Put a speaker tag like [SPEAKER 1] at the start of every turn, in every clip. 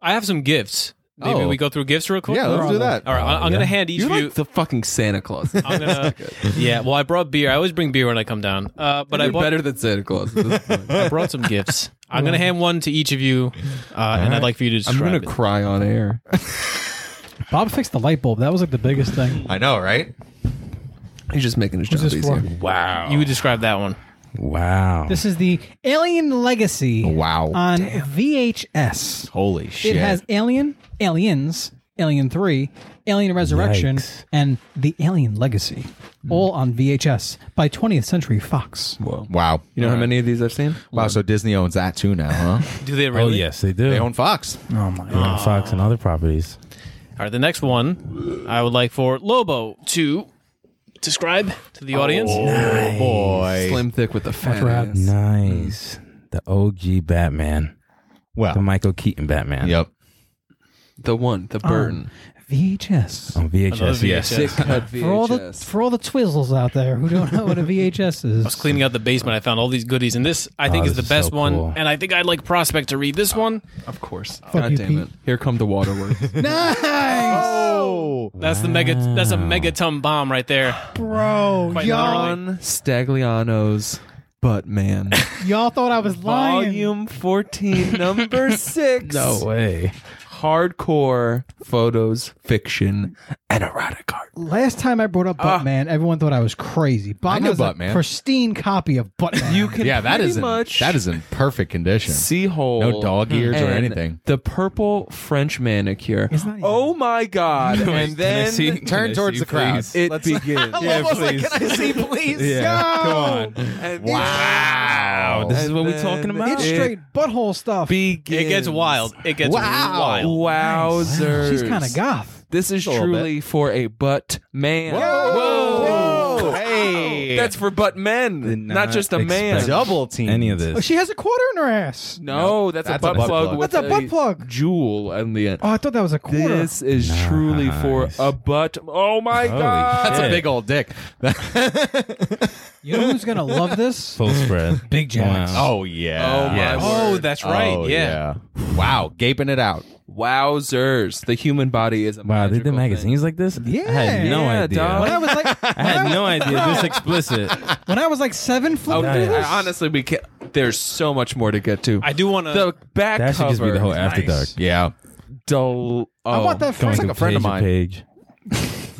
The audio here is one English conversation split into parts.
[SPEAKER 1] I have some gifts. Maybe
[SPEAKER 2] Oh.
[SPEAKER 1] we go through gifts real quick.
[SPEAKER 2] Yeah, let's do that.
[SPEAKER 1] All right, I- I'm gonna hand each
[SPEAKER 2] You're
[SPEAKER 1] of you.
[SPEAKER 2] like the fucking Santa Claus.
[SPEAKER 1] I'm gonna, yeah, well, I brought beer. I always bring beer when I come down. Uh, but I
[SPEAKER 2] You're
[SPEAKER 1] bought,
[SPEAKER 2] better than Santa Claus. at this point.
[SPEAKER 1] I brought some gifts. I'm gonna hand one to each of you, uh, and I'd like for you to
[SPEAKER 2] I'm
[SPEAKER 1] describe
[SPEAKER 2] gonna
[SPEAKER 1] it.
[SPEAKER 2] cry on air.
[SPEAKER 3] Bob fixed the light bulb. That was like the biggest thing.
[SPEAKER 4] I know, right?
[SPEAKER 2] He's just making his
[SPEAKER 3] What's
[SPEAKER 2] job
[SPEAKER 3] this for?
[SPEAKER 2] easier.
[SPEAKER 4] Wow.
[SPEAKER 1] you would describe that one.
[SPEAKER 5] Wow.
[SPEAKER 3] This is the Alien Legacy.
[SPEAKER 2] Wow.
[SPEAKER 3] On VHS.
[SPEAKER 5] Holy
[SPEAKER 3] Uh, It
[SPEAKER 5] shit.
[SPEAKER 3] has Alien, Aliens, Alien 3, Alien Resurrection,
[SPEAKER 5] Yikes.
[SPEAKER 3] and The Alien Legacy, all on VHS by 20th Century Fox.
[SPEAKER 4] Wow.
[SPEAKER 2] You know how many of these I've seen?
[SPEAKER 4] Wow, so Disney owns that too now, huh?
[SPEAKER 1] Do they
[SPEAKER 5] Oh
[SPEAKER 1] really?
[SPEAKER 5] yes, they do.
[SPEAKER 4] they own Fox.
[SPEAKER 5] oh my god, Fox and other properties.
[SPEAKER 1] All right, the next one I would like for Lobo to describe to the audience.
[SPEAKER 4] Oh, boy.
[SPEAKER 2] Slim thick with the fat
[SPEAKER 3] rad.
[SPEAKER 2] ass.
[SPEAKER 5] Nice. Mm. The OG Batman, the
[SPEAKER 4] Well,
[SPEAKER 5] Michael Keaton Batman.
[SPEAKER 4] yep.
[SPEAKER 2] The one, the Burton.
[SPEAKER 3] VHS.
[SPEAKER 5] On
[SPEAKER 1] Another VHS.
[SPEAKER 5] VHS. Yes.
[SPEAKER 2] Sick cut
[SPEAKER 3] For all, the,
[SPEAKER 2] VHS.
[SPEAKER 3] for all the twizzles out there who don't know what a VHS is,
[SPEAKER 1] I was cleaning out the basement. I found all these goodies, and this I think
[SPEAKER 5] Oh,
[SPEAKER 1] is the
[SPEAKER 5] this is so
[SPEAKER 1] best one.
[SPEAKER 5] cool.
[SPEAKER 1] And I think I'd like Prospect to read this one.
[SPEAKER 2] Of course.
[SPEAKER 3] you,
[SPEAKER 2] God damn it.
[SPEAKER 3] Pete.
[SPEAKER 2] Here come the waterworks.
[SPEAKER 4] Oh.
[SPEAKER 1] That's the mega. That's a megaton bomb right there.
[SPEAKER 3] bro,
[SPEAKER 1] Quite
[SPEAKER 3] y'all,
[SPEAKER 1] literally.
[SPEAKER 2] John Stagliano's Butt Man.
[SPEAKER 3] y'all thought I was lying.
[SPEAKER 2] Volume 14, number 6.
[SPEAKER 5] No way.
[SPEAKER 2] Hardcore photos, fiction, and erotic art.
[SPEAKER 3] Last time I brought up Buttman, everyone thought I was crazy. Bob
[SPEAKER 4] I know
[SPEAKER 3] has a
[SPEAKER 4] Buttman.
[SPEAKER 3] pristine copy of Buttman.
[SPEAKER 2] You can
[SPEAKER 4] Yeah, that
[SPEAKER 2] pretty
[SPEAKER 4] is in,
[SPEAKER 2] much
[SPEAKER 4] that is in perfect condition.
[SPEAKER 2] sea hole.
[SPEAKER 4] No dog ears or
[SPEAKER 2] Hmm. and
[SPEAKER 4] anything.
[SPEAKER 2] The purple French manicure.
[SPEAKER 3] It's not even-
[SPEAKER 2] Oh my god. and then
[SPEAKER 4] Turn towards the crowd.
[SPEAKER 2] it begins.
[SPEAKER 4] Almost like,
[SPEAKER 2] Can I see please?
[SPEAKER 5] Come on.
[SPEAKER 2] And
[SPEAKER 4] wow.
[SPEAKER 5] This is what we're
[SPEAKER 2] then
[SPEAKER 5] talking about.
[SPEAKER 3] it's straight butthole stuff.
[SPEAKER 2] Begins.
[SPEAKER 1] It gets wild. It gets
[SPEAKER 4] Wow.
[SPEAKER 1] wild.
[SPEAKER 2] Wowzers.
[SPEAKER 3] She's kind of goth.
[SPEAKER 2] This is
[SPEAKER 4] little
[SPEAKER 2] truly for a butt man.
[SPEAKER 4] Whoa. Hey.
[SPEAKER 2] That's for butt
[SPEAKER 5] Did
[SPEAKER 2] men, not
[SPEAKER 5] not
[SPEAKER 2] just a man.
[SPEAKER 5] expect
[SPEAKER 4] double team.
[SPEAKER 5] Any of
[SPEAKER 3] Oh,
[SPEAKER 5] this.
[SPEAKER 3] she has a quarter in her ass.
[SPEAKER 2] No, that's, a butt plug. with
[SPEAKER 3] That's a butt plug.
[SPEAKER 2] Jewel and the end.
[SPEAKER 3] Oh, I thought that was a quarter.
[SPEAKER 2] This is truly for
[SPEAKER 5] Nice.
[SPEAKER 2] a butt. Oh my
[SPEAKER 5] Holy
[SPEAKER 2] god!
[SPEAKER 5] shit.
[SPEAKER 4] That's a big old dick.
[SPEAKER 3] You know who's gonna love this?
[SPEAKER 5] full spread.
[SPEAKER 3] Big Jacks.
[SPEAKER 5] Wow.
[SPEAKER 4] oh yeah.
[SPEAKER 2] Oh, my Yes. word.
[SPEAKER 1] Oh, that's right.
[SPEAKER 4] Oh,
[SPEAKER 1] yeah.
[SPEAKER 4] Wow, gaping it out.
[SPEAKER 2] Wowzers! The human body is a
[SPEAKER 5] Wow, they
[SPEAKER 2] magical
[SPEAKER 5] did magazines like this? I had
[SPEAKER 3] Yeah.
[SPEAKER 5] no
[SPEAKER 2] Yeah,
[SPEAKER 5] idea.
[SPEAKER 2] dog.
[SPEAKER 3] When I was like,
[SPEAKER 5] I had no idea this explicit.
[SPEAKER 3] when I was like seven,
[SPEAKER 2] thing.
[SPEAKER 3] flipping
[SPEAKER 2] Okay,
[SPEAKER 3] through this.
[SPEAKER 2] I- honestly, we can There's so much more to get to.
[SPEAKER 1] I do want
[SPEAKER 2] the
[SPEAKER 1] to.
[SPEAKER 2] back
[SPEAKER 5] That should
[SPEAKER 2] cover.
[SPEAKER 5] just be the whole after dark.
[SPEAKER 2] Nice.
[SPEAKER 4] Yeah.
[SPEAKER 2] Dull. Oh,
[SPEAKER 3] I want that front,
[SPEAKER 5] Going through
[SPEAKER 4] a friend of
[SPEAKER 5] page to
[SPEAKER 4] mine.
[SPEAKER 5] Page.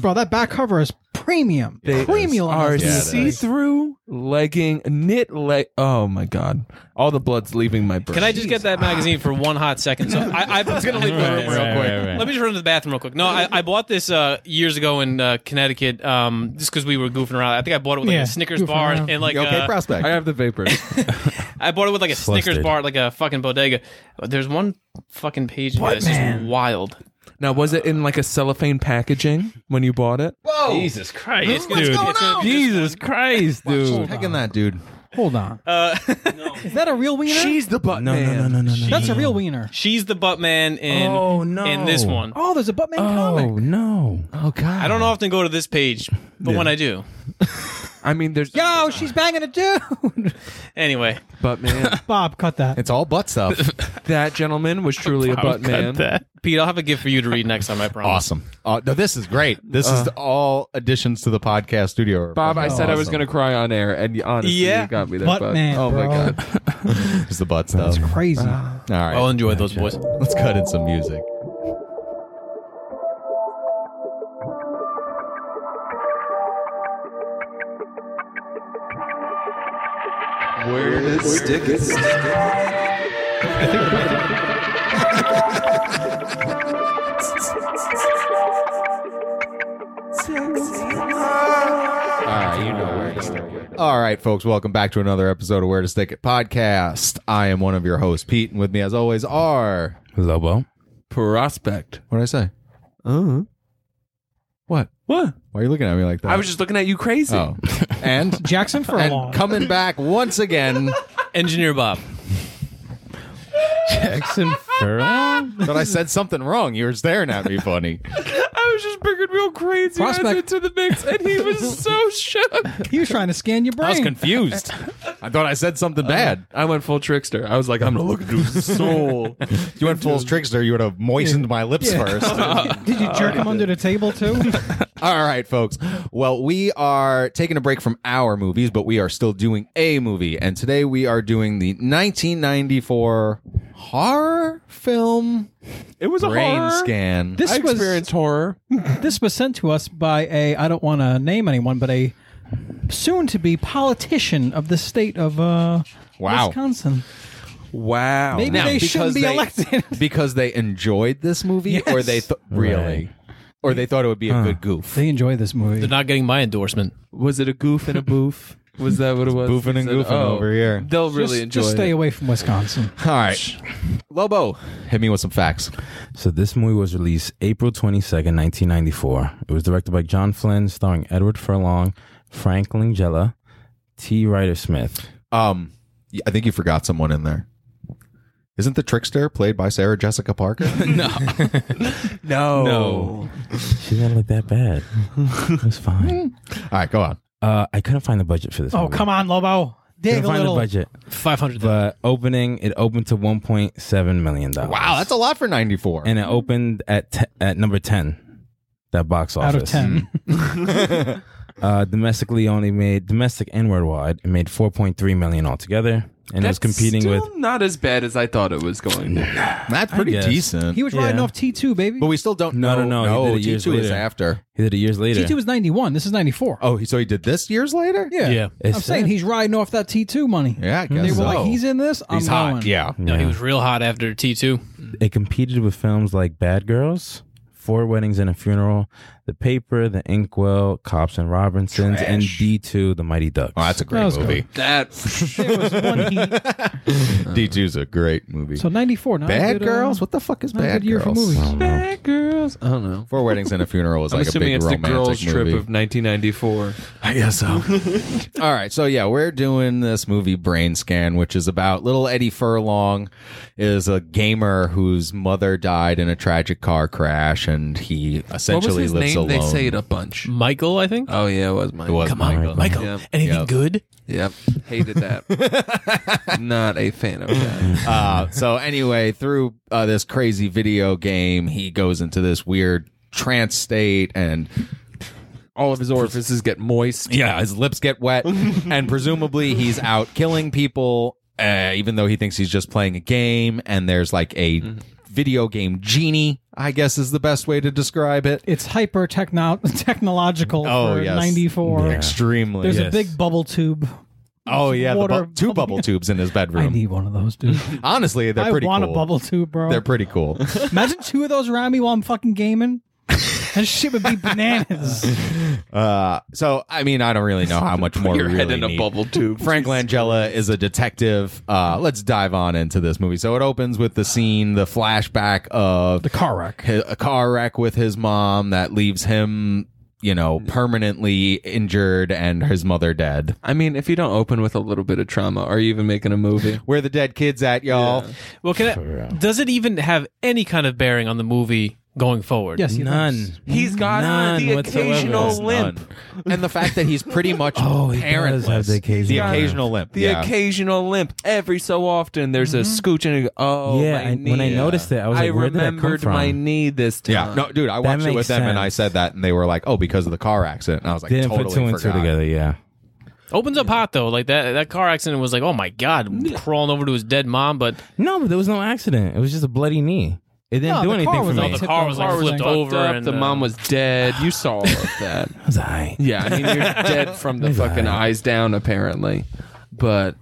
[SPEAKER 3] bro. That back cover is premium.
[SPEAKER 2] They
[SPEAKER 3] premium.
[SPEAKER 2] are
[SPEAKER 4] Yeah, it is.
[SPEAKER 2] see-through legging knit leg. Oh my god! All the blood's leaving my brain.
[SPEAKER 1] Can I just get that magazine for one hot second? So I, I was gonna leave the
[SPEAKER 5] Right,
[SPEAKER 1] room real
[SPEAKER 5] right,
[SPEAKER 1] quick.
[SPEAKER 5] right, right.
[SPEAKER 1] Let me just run to the bathroom real quick. No, I, I bought this uh, years ago in uh, Connecticut, um, just because we were goofing around. I think I bought it with like
[SPEAKER 3] Yeah,
[SPEAKER 1] a Snickers
[SPEAKER 3] goofing
[SPEAKER 1] bar
[SPEAKER 3] around.
[SPEAKER 1] and like
[SPEAKER 4] You okay,
[SPEAKER 1] uh,
[SPEAKER 4] prospect.
[SPEAKER 2] I have the vapor.
[SPEAKER 1] I bought it with like a Snickers
[SPEAKER 5] Flustered.
[SPEAKER 1] bar, at, like a fucking bodega. There's one fucking page in there that's just wild.
[SPEAKER 2] now, was it in like a cellophane packaging when you bought it?
[SPEAKER 1] Jesus Christ, it's gonna,
[SPEAKER 4] What's going
[SPEAKER 1] it's gonna
[SPEAKER 4] on?
[SPEAKER 1] be just-
[SPEAKER 5] Jesus Christ, dude.
[SPEAKER 4] Taking that, dude.
[SPEAKER 3] Hold on. is that a real wiener?
[SPEAKER 2] the butt
[SPEAKER 5] No, no, no, no, no, no.
[SPEAKER 3] That's a real wiener.
[SPEAKER 1] She's the butt man in
[SPEAKER 5] Oh, no.
[SPEAKER 1] in this one.
[SPEAKER 3] Oh, there's a Buttman
[SPEAKER 5] Oh,
[SPEAKER 3] comic.
[SPEAKER 5] no.
[SPEAKER 2] Oh god!
[SPEAKER 1] I don't often go to this page, but when I do,
[SPEAKER 2] I mean, there's
[SPEAKER 3] Yo, she's banging a dude.
[SPEAKER 1] anyway,
[SPEAKER 2] butt man.
[SPEAKER 3] Bob, cut that.
[SPEAKER 4] It's all butt stuff.
[SPEAKER 2] that gentleman was truly a butt man.
[SPEAKER 1] Pete, I'll have a gift for you to read next time. I promise.
[SPEAKER 4] awesome. Uh, no, this is great. This is all additions to the podcast studio.
[SPEAKER 2] Uh. Bob, I
[SPEAKER 4] Fucking
[SPEAKER 2] said I was
[SPEAKER 4] awesome.
[SPEAKER 2] gonna cry on air, and you- honestly,
[SPEAKER 1] Yeah.
[SPEAKER 2] you got me there.
[SPEAKER 3] Butt
[SPEAKER 2] bud.
[SPEAKER 3] man,
[SPEAKER 2] oh my
[SPEAKER 3] bro.
[SPEAKER 2] god! Ah.
[SPEAKER 4] It's the butt stuff. All
[SPEAKER 3] Crazy.
[SPEAKER 4] right.
[SPEAKER 1] I'll enjoy those boys.
[SPEAKER 4] Let's cut in some music. All right, you know where to stick it. All right, folks, welcome back to another episode of Where to Stick It podcast. I am one of your hosts, Pete, and with me, as always, are
[SPEAKER 5] Lobo.
[SPEAKER 2] Prospect.
[SPEAKER 4] what did I say?
[SPEAKER 2] Uh-huh. What? What?
[SPEAKER 4] Why are you looking at me like that?
[SPEAKER 2] I was just looking at you crazy.
[SPEAKER 4] oh, and
[SPEAKER 3] Jackson for a long.
[SPEAKER 4] and coming back once again.
[SPEAKER 1] Engineer Bob.
[SPEAKER 5] Jackson Furlong?
[SPEAKER 4] But I said something wrong. Yours staring at me funny.
[SPEAKER 2] I was just figuring we real crazy
[SPEAKER 3] Prospect-
[SPEAKER 2] into the mix, and he was so shook.
[SPEAKER 3] He was trying to scan your brain.
[SPEAKER 5] I was confused.
[SPEAKER 4] I thought I said something bad.
[SPEAKER 2] I went full trickster. I was like, I'm gonna look into his soul.
[SPEAKER 4] You went full trickster. You would have moistened my lips first.
[SPEAKER 3] Uh, Did you jerk him under the table too?
[SPEAKER 4] All right, folks. Well, we are taking a break from our movies, but we are still doing a movie. And today we are doing the 1994 horror film
[SPEAKER 2] It was
[SPEAKER 4] brain
[SPEAKER 2] a horror.
[SPEAKER 4] scan.
[SPEAKER 3] This
[SPEAKER 2] I
[SPEAKER 3] was
[SPEAKER 2] experienced horror.
[SPEAKER 3] this was sent to us by a I don't want to name anyone, but a soon to be politician of the state of uh,
[SPEAKER 4] Wow. Oh,
[SPEAKER 3] Wisconsin.
[SPEAKER 2] Wow.
[SPEAKER 3] Maybe
[SPEAKER 4] Now,
[SPEAKER 3] they
[SPEAKER 4] because
[SPEAKER 3] shouldn't be
[SPEAKER 4] they-
[SPEAKER 3] elected.
[SPEAKER 4] because they enjoyed this movie, or they th- really, or they thought it would be a good goof.
[SPEAKER 3] they enjoy this movie.
[SPEAKER 1] They're not getting my endorsement.
[SPEAKER 2] Was it a goof and a boof? Was that what it was?
[SPEAKER 4] Boofing and
[SPEAKER 2] Is it-
[SPEAKER 4] goofing
[SPEAKER 5] "Oh."
[SPEAKER 4] over here.
[SPEAKER 2] They'll
[SPEAKER 3] just,
[SPEAKER 2] really enjoy
[SPEAKER 3] just stay
[SPEAKER 2] it.
[SPEAKER 3] away from Wisconsin.
[SPEAKER 4] All right, Lobo, hit me with some facts.
[SPEAKER 5] So this movie was released April 22nd, 1994. It was directed by John Flynn, starring Edward Furlong, Frank Langella, T. Ryder Smith.
[SPEAKER 4] Um, y- I think you forgot someone in there. Isn't the trickster played by Sarah Jessica Parker?
[SPEAKER 2] No.
[SPEAKER 5] She didn't look that bad. It was fine.
[SPEAKER 4] All right, go on.
[SPEAKER 5] Uh, I couldn't find the budget for this
[SPEAKER 3] Oh
[SPEAKER 5] movie.
[SPEAKER 3] come on, Lobo, dig
[SPEAKER 5] Couldn't
[SPEAKER 3] a
[SPEAKER 5] find the
[SPEAKER 3] little.
[SPEAKER 5] budget.
[SPEAKER 1] Five hundred.
[SPEAKER 5] But opening, it opened to 1.7 million dollars.
[SPEAKER 4] Wow, that's a lot for 94.
[SPEAKER 5] and it opened at te- at number 10 that box office Mm.
[SPEAKER 3] Out of ten,
[SPEAKER 5] uh domestically only made domestic and worldwide it made 4.3 million altogether and it was competing
[SPEAKER 2] still
[SPEAKER 5] with
[SPEAKER 2] not as bad as I thought it was going. to be.
[SPEAKER 4] that's pretty
[SPEAKER 5] guess.
[SPEAKER 4] decent.
[SPEAKER 3] he was riding
[SPEAKER 5] Yeah.
[SPEAKER 3] off T two, baby.
[SPEAKER 4] But we still don't
[SPEAKER 5] No,
[SPEAKER 4] know.
[SPEAKER 5] no, no, he
[SPEAKER 4] No,
[SPEAKER 5] did it years
[SPEAKER 4] T2 is
[SPEAKER 5] later.
[SPEAKER 4] after.
[SPEAKER 5] he did it years later
[SPEAKER 3] T two was ninety one. This is ninety four.
[SPEAKER 4] Oh, he- so he did this years later?
[SPEAKER 1] Yeah.
[SPEAKER 5] It's
[SPEAKER 3] I'm saying he's riding off that T two money.
[SPEAKER 4] Yeah, I guess
[SPEAKER 3] they were
[SPEAKER 4] so.
[SPEAKER 3] like, he's in this. I'm
[SPEAKER 4] He's hot.
[SPEAKER 3] going.
[SPEAKER 4] Yeah.
[SPEAKER 1] No, he was real hot after T two.
[SPEAKER 5] it competed with films like bad girls four weddings and a funeral the paper the inkwell cops and robinsons and d2 the mighty ducks
[SPEAKER 4] Oh, that's a
[SPEAKER 3] That
[SPEAKER 4] great
[SPEAKER 3] was
[SPEAKER 4] movie.
[SPEAKER 2] That
[SPEAKER 3] There was one heat.
[SPEAKER 4] D2's a great movie.
[SPEAKER 3] So ninety four.
[SPEAKER 4] Bad
[SPEAKER 3] good, uh,
[SPEAKER 4] Girls? What the fuck is
[SPEAKER 3] not a
[SPEAKER 4] Bad
[SPEAKER 3] good year for
[SPEAKER 4] Girls?
[SPEAKER 3] movies.
[SPEAKER 2] bad girls. Uh, I don't know.
[SPEAKER 4] Four Weddings and a Funeral was
[SPEAKER 2] I'm
[SPEAKER 4] like a
[SPEAKER 2] assuming
[SPEAKER 4] big
[SPEAKER 2] it's the
[SPEAKER 4] romantic
[SPEAKER 2] girls'
[SPEAKER 4] movie.
[SPEAKER 2] trip of 1994.
[SPEAKER 4] I guess so. All right, so yeah, we're doing this movie Brain Scan, which is about little Eddie Furlong is a gamer whose mother died in a tragic car crash, and he
[SPEAKER 2] What was
[SPEAKER 4] essentially
[SPEAKER 2] his
[SPEAKER 4] lives
[SPEAKER 2] name?
[SPEAKER 4] alone.
[SPEAKER 2] They say it a bunch.
[SPEAKER 1] Michael, I think.
[SPEAKER 2] Oh yeah, it was mine.
[SPEAKER 4] It was
[SPEAKER 1] Come on,
[SPEAKER 4] Michael.
[SPEAKER 1] Michael.
[SPEAKER 2] Yeah.
[SPEAKER 1] Anything
[SPEAKER 4] Yeah.
[SPEAKER 1] good?
[SPEAKER 2] Yep, hated that. Not a fan of that.
[SPEAKER 4] uh, so anyway, through uh, this crazy video game, he goes into this weird trance state and
[SPEAKER 2] All of his orifices get moist.
[SPEAKER 4] yeah, his lips get wet, and presumably he's out killing people, uh, even though he thinks he's just playing a game. And there's like a
[SPEAKER 3] Mm-hmm.
[SPEAKER 4] video game genie, I guess is the best way to describe it.
[SPEAKER 3] It's hyper techno- technological
[SPEAKER 4] Oh,
[SPEAKER 3] for
[SPEAKER 4] yes.
[SPEAKER 3] 94.
[SPEAKER 5] Yeah.
[SPEAKER 4] Extremely.
[SPEAKER 3] There's a
[SPEAKER 5] Yes.
[SPEAKER 3] big bubble tube.
[SPEAKER 4] oh yeah, the
[SPEAKER 3] water
[SPEAKER 4] bu- two bubble tubes in his
[SPEAKER 3] I
[SPEAKER 4] bedroom.
[SPEAKER 3] need one of those, dude.
[SPEAKER 4] Honestly, Um, they're
[SPEAKER 3] I
[SPEAKER 4] pretty
[SPEAKER 3] want
[SPEAKER 4] cool.
[SPEAKER 3] a bubble tube, bro.
[SPEAKER 4] They're pretty cool.
[SPEAKER 3] Imagine two of those around me while I'm fucking gaming. That shit would be bananas.
[SPEAKER 4] Uh, so I mean, I don't really know how much more
[SPEAKER 2] Your
[SPEAKER 4] we
[SPEAKER 2] head
[SPEAKER 4] really
[SPEAKER 2] in a
[SPEAKER 4] need.
[SPEAKER 2] bubble tube.
[SPEAKER 4] Frank Langella is a detective. Uh, let's dive on into this movie. So it opens with the scene, the flashback of
[SPEAKER 3] the car wreck.
[SPEAKER 4] hi- a car wreck with his mom that leaves him, you know, permanently injured and his mother dead.
[SPEAKER 2] I mean, if you don't open with a little bit of trauma, are you even making a movie?
[SPEAKER 4] Where the dead kids at, y'all?
[SPEAKER 1] Well, can I, does it even have any kind of bearing on the movie going forward?
[SPEAKER 3] Yes, he
[SPEAKER 5] none
[SPEAKER 3] does.
[SPEAKER 5] he's got none the occasional
[SPEAKER 4] Limp. and the fact that he's pretty much
[SPEAKER 5] oh he does have
[SPEAKER 4] parentless.
[SPEAKER 5] the
[SPEAKER 4] the,
[SPEAKER 5] occasional,
[SPEAKER 4] occasional limp.
[SPEAKER 2] The
[SPEAKER 4] yeah.
[SPEAKER 2] occasional limp. Every so often, there's a scooch and a go, oh
[SPEAKER 5] yeah
[SPEAKER 2] my
[SPEAKER 5] I, when i
[SPEAKER 2] knee.
[SPEAKER 5] noticed it i was
[SPEAKER 2] I
[SPEAKER 5] like where did that come
[SPEAKER 2] remembered
[SPEAKER 5] from
[SPEAKER 2] my knee this time.
[SPEAKER 4] yeah, no, dude, I watched it
[SPEAKER 5] makes
[SPEAKER 4] with them and I
[SPEAKER 5] sense.
[SPEAKER 4] said that, and they were like, "Oh, because of the car accident." And I was like,
[SPEAKER 5] didn't
[SPEAKER 4] "Totally
[SPEAKER 5] put two and
[SPEAKER 4] forgot."
[SPEAKER 5] two together yeah
[SPEAKER 1] Opens up hot though. Like that that car accident was like, oh my god, crawling over to his dead mom, but
[SPEAKER 5] No, but there was no accident. It was just a bloody knee. It didn't
[SPEAKER 3] No,
[SPEAKER 5] do
[SPEAKER 3] the
[SPEAKER 5] anything
[SPEAKER 3] car
[SPEAKER 5] for
[SPEAKER 3] was
[SPEAKER 5] me.
[SPEAKER 1] no,
[SPEAKER 3] Right.
[SPEAKER 1] the car was like
[SPEAKER 3] Car was
[SPEAKER 1] flipped
[SPEAKER 3] fucked
[SPEAKER 2] Fucked
[SPEAKER 1] over
[SPEAKER 2] up,
[SPEAKER 1] and
[SPEAKER 2] the
[SPEAKER 1] uh,
[SPEAKER 2] mom was dead. You saw all of that.
[SPEAKER 5] It was aight.
[SPEAKER 2] yeah, I mean you're dead from the fucking eyes down apparently, but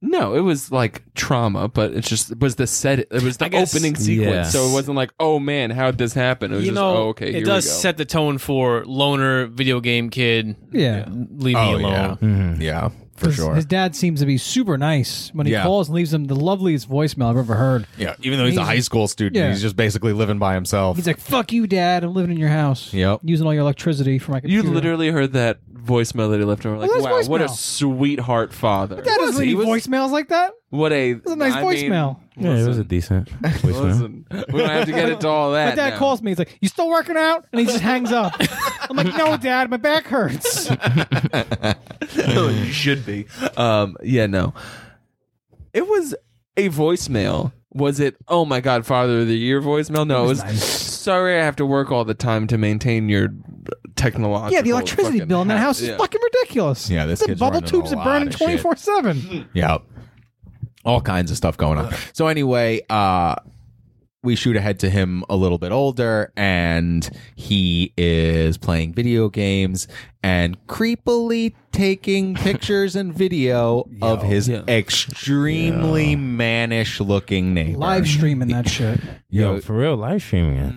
[SPEAKER 2] no, it was like trauma. But it's just it was the set. It was the
[SPEAKER 1] I guess-
[SPEAKER 2] opening sequence,
[SPEAKER 5] Yeah.
[SPEAKER 2] so it wasn't like oh man, how'd this happen? It was
[SPEAKER 1] you
[SPEAKER 2] just
[SPEAKER 1] know,
[SPEAKER 2] oh okay, here
[SPEAKER 1] it does
[SPEAKER 2] we go.
[SPEAKER 1] set the tone for loner video game kid.
[SPEAKER 3] Yeah.
[SPEAKER 1] leave
[SPEAKER 4] Oh
[SPEAKER 1] me
[SPEAKER 4] yeah,
[SPEAKER 1] alone.
[SPEAKER 5] Mm-hmm.
[SPEAKER 4] yeah, for
[SPEAKER 3] His-
[SPEAKER 4] sure.
[SPEAKER 3] His dad seems to be super nice when he
[SPEAKER 4] Yeah.
[SPEAKER 3] calls and leaves him the loveliest voicemail I've ever heard.
[SPEAKER 4] Yeah, even though he's a high school student,
[SPEAKER 3] yeah.
[SPEAKER 4] he's just basically living by himself.
[SPEAKER 3] He's like, "Fuck you, dad. I'm living in your house.
[SPEAKER 4] Yep.
[SPEAKER 3] Using all your electricity for my
[SPEAKER 2] You
[SPEAKER 3] computer."
[SPEAKER 2] literally heard that voicemail that he left over. Like,
[SPEAKER 3] Well,
[SPEAKER 2] wow,
[SPEAKER 3] that's
[SPEAKER 2] what a
[SPEAKER 3] voicemail.
[SPEAKER 2] sweetheart father.
[SPEAKER 3] Dad doesn't
[SPEAKER 2] He
[SPEAKER 3] leave
[SPEAKER 2] was-
[SPEAKER 3] voicemails like that.
[SPEAKER 2] What a
[SPEAKER 3] It was a nice
[SPEAKER 2] I mean,
[SPEAKER 3] voicemail.
[SPEAKER 5] Yeah, it was a decent voicemail.
[SPEAKER 2] Listen, we don't have to get into all that.
[SPEAKER 3] my dad
[SPEAKER 2] now.
[SPEAKER 3] calls me. He's like, "You still working out?" And he just hangs up. I'm like, "No, Dad, my back hurts."
[SPEAKER 2] you should be. Um, yeah, no. It was a voicemail. Was it? Oh my God, Father of the Year voicemail? No, it was. Sorry, I have to work all the time to maintain your technological.
[SPEAKER 3] yeah, the electricity
[SPEAKER 2] fucking
[SPEAKER 3] bill in that house is
[SPEAKER 2] yeah.
[SPEAKER 3] fucking ridiculous.
[SPEAKER 4] Yeah, this
[SPEAKER 3] the
[SPEAKER 4] kid's
[SPEAKER 3] bubble
[SPEAKER 4] running a
[SPEAKER 3] tubes are
[SPEAKER 4] lot
[SPEAKER 3] burning
[SPEAKER 4] of shit.
[SPEAKER 3] twenty four seven.
[SPEAKER 4] Yep. All kinds of stuff going on. So anyway, uh we shoot ahead to him a little bit older and he is playing video games and creepily taking pictures and video of his
[SPEAKER 2] Yeah.
[SPEAKER 4] extremely mannish looking neighbor.
[SPEAKER 3] Live streaming that shit.
[SPEAKER 5] Yo, for real, live streaming it.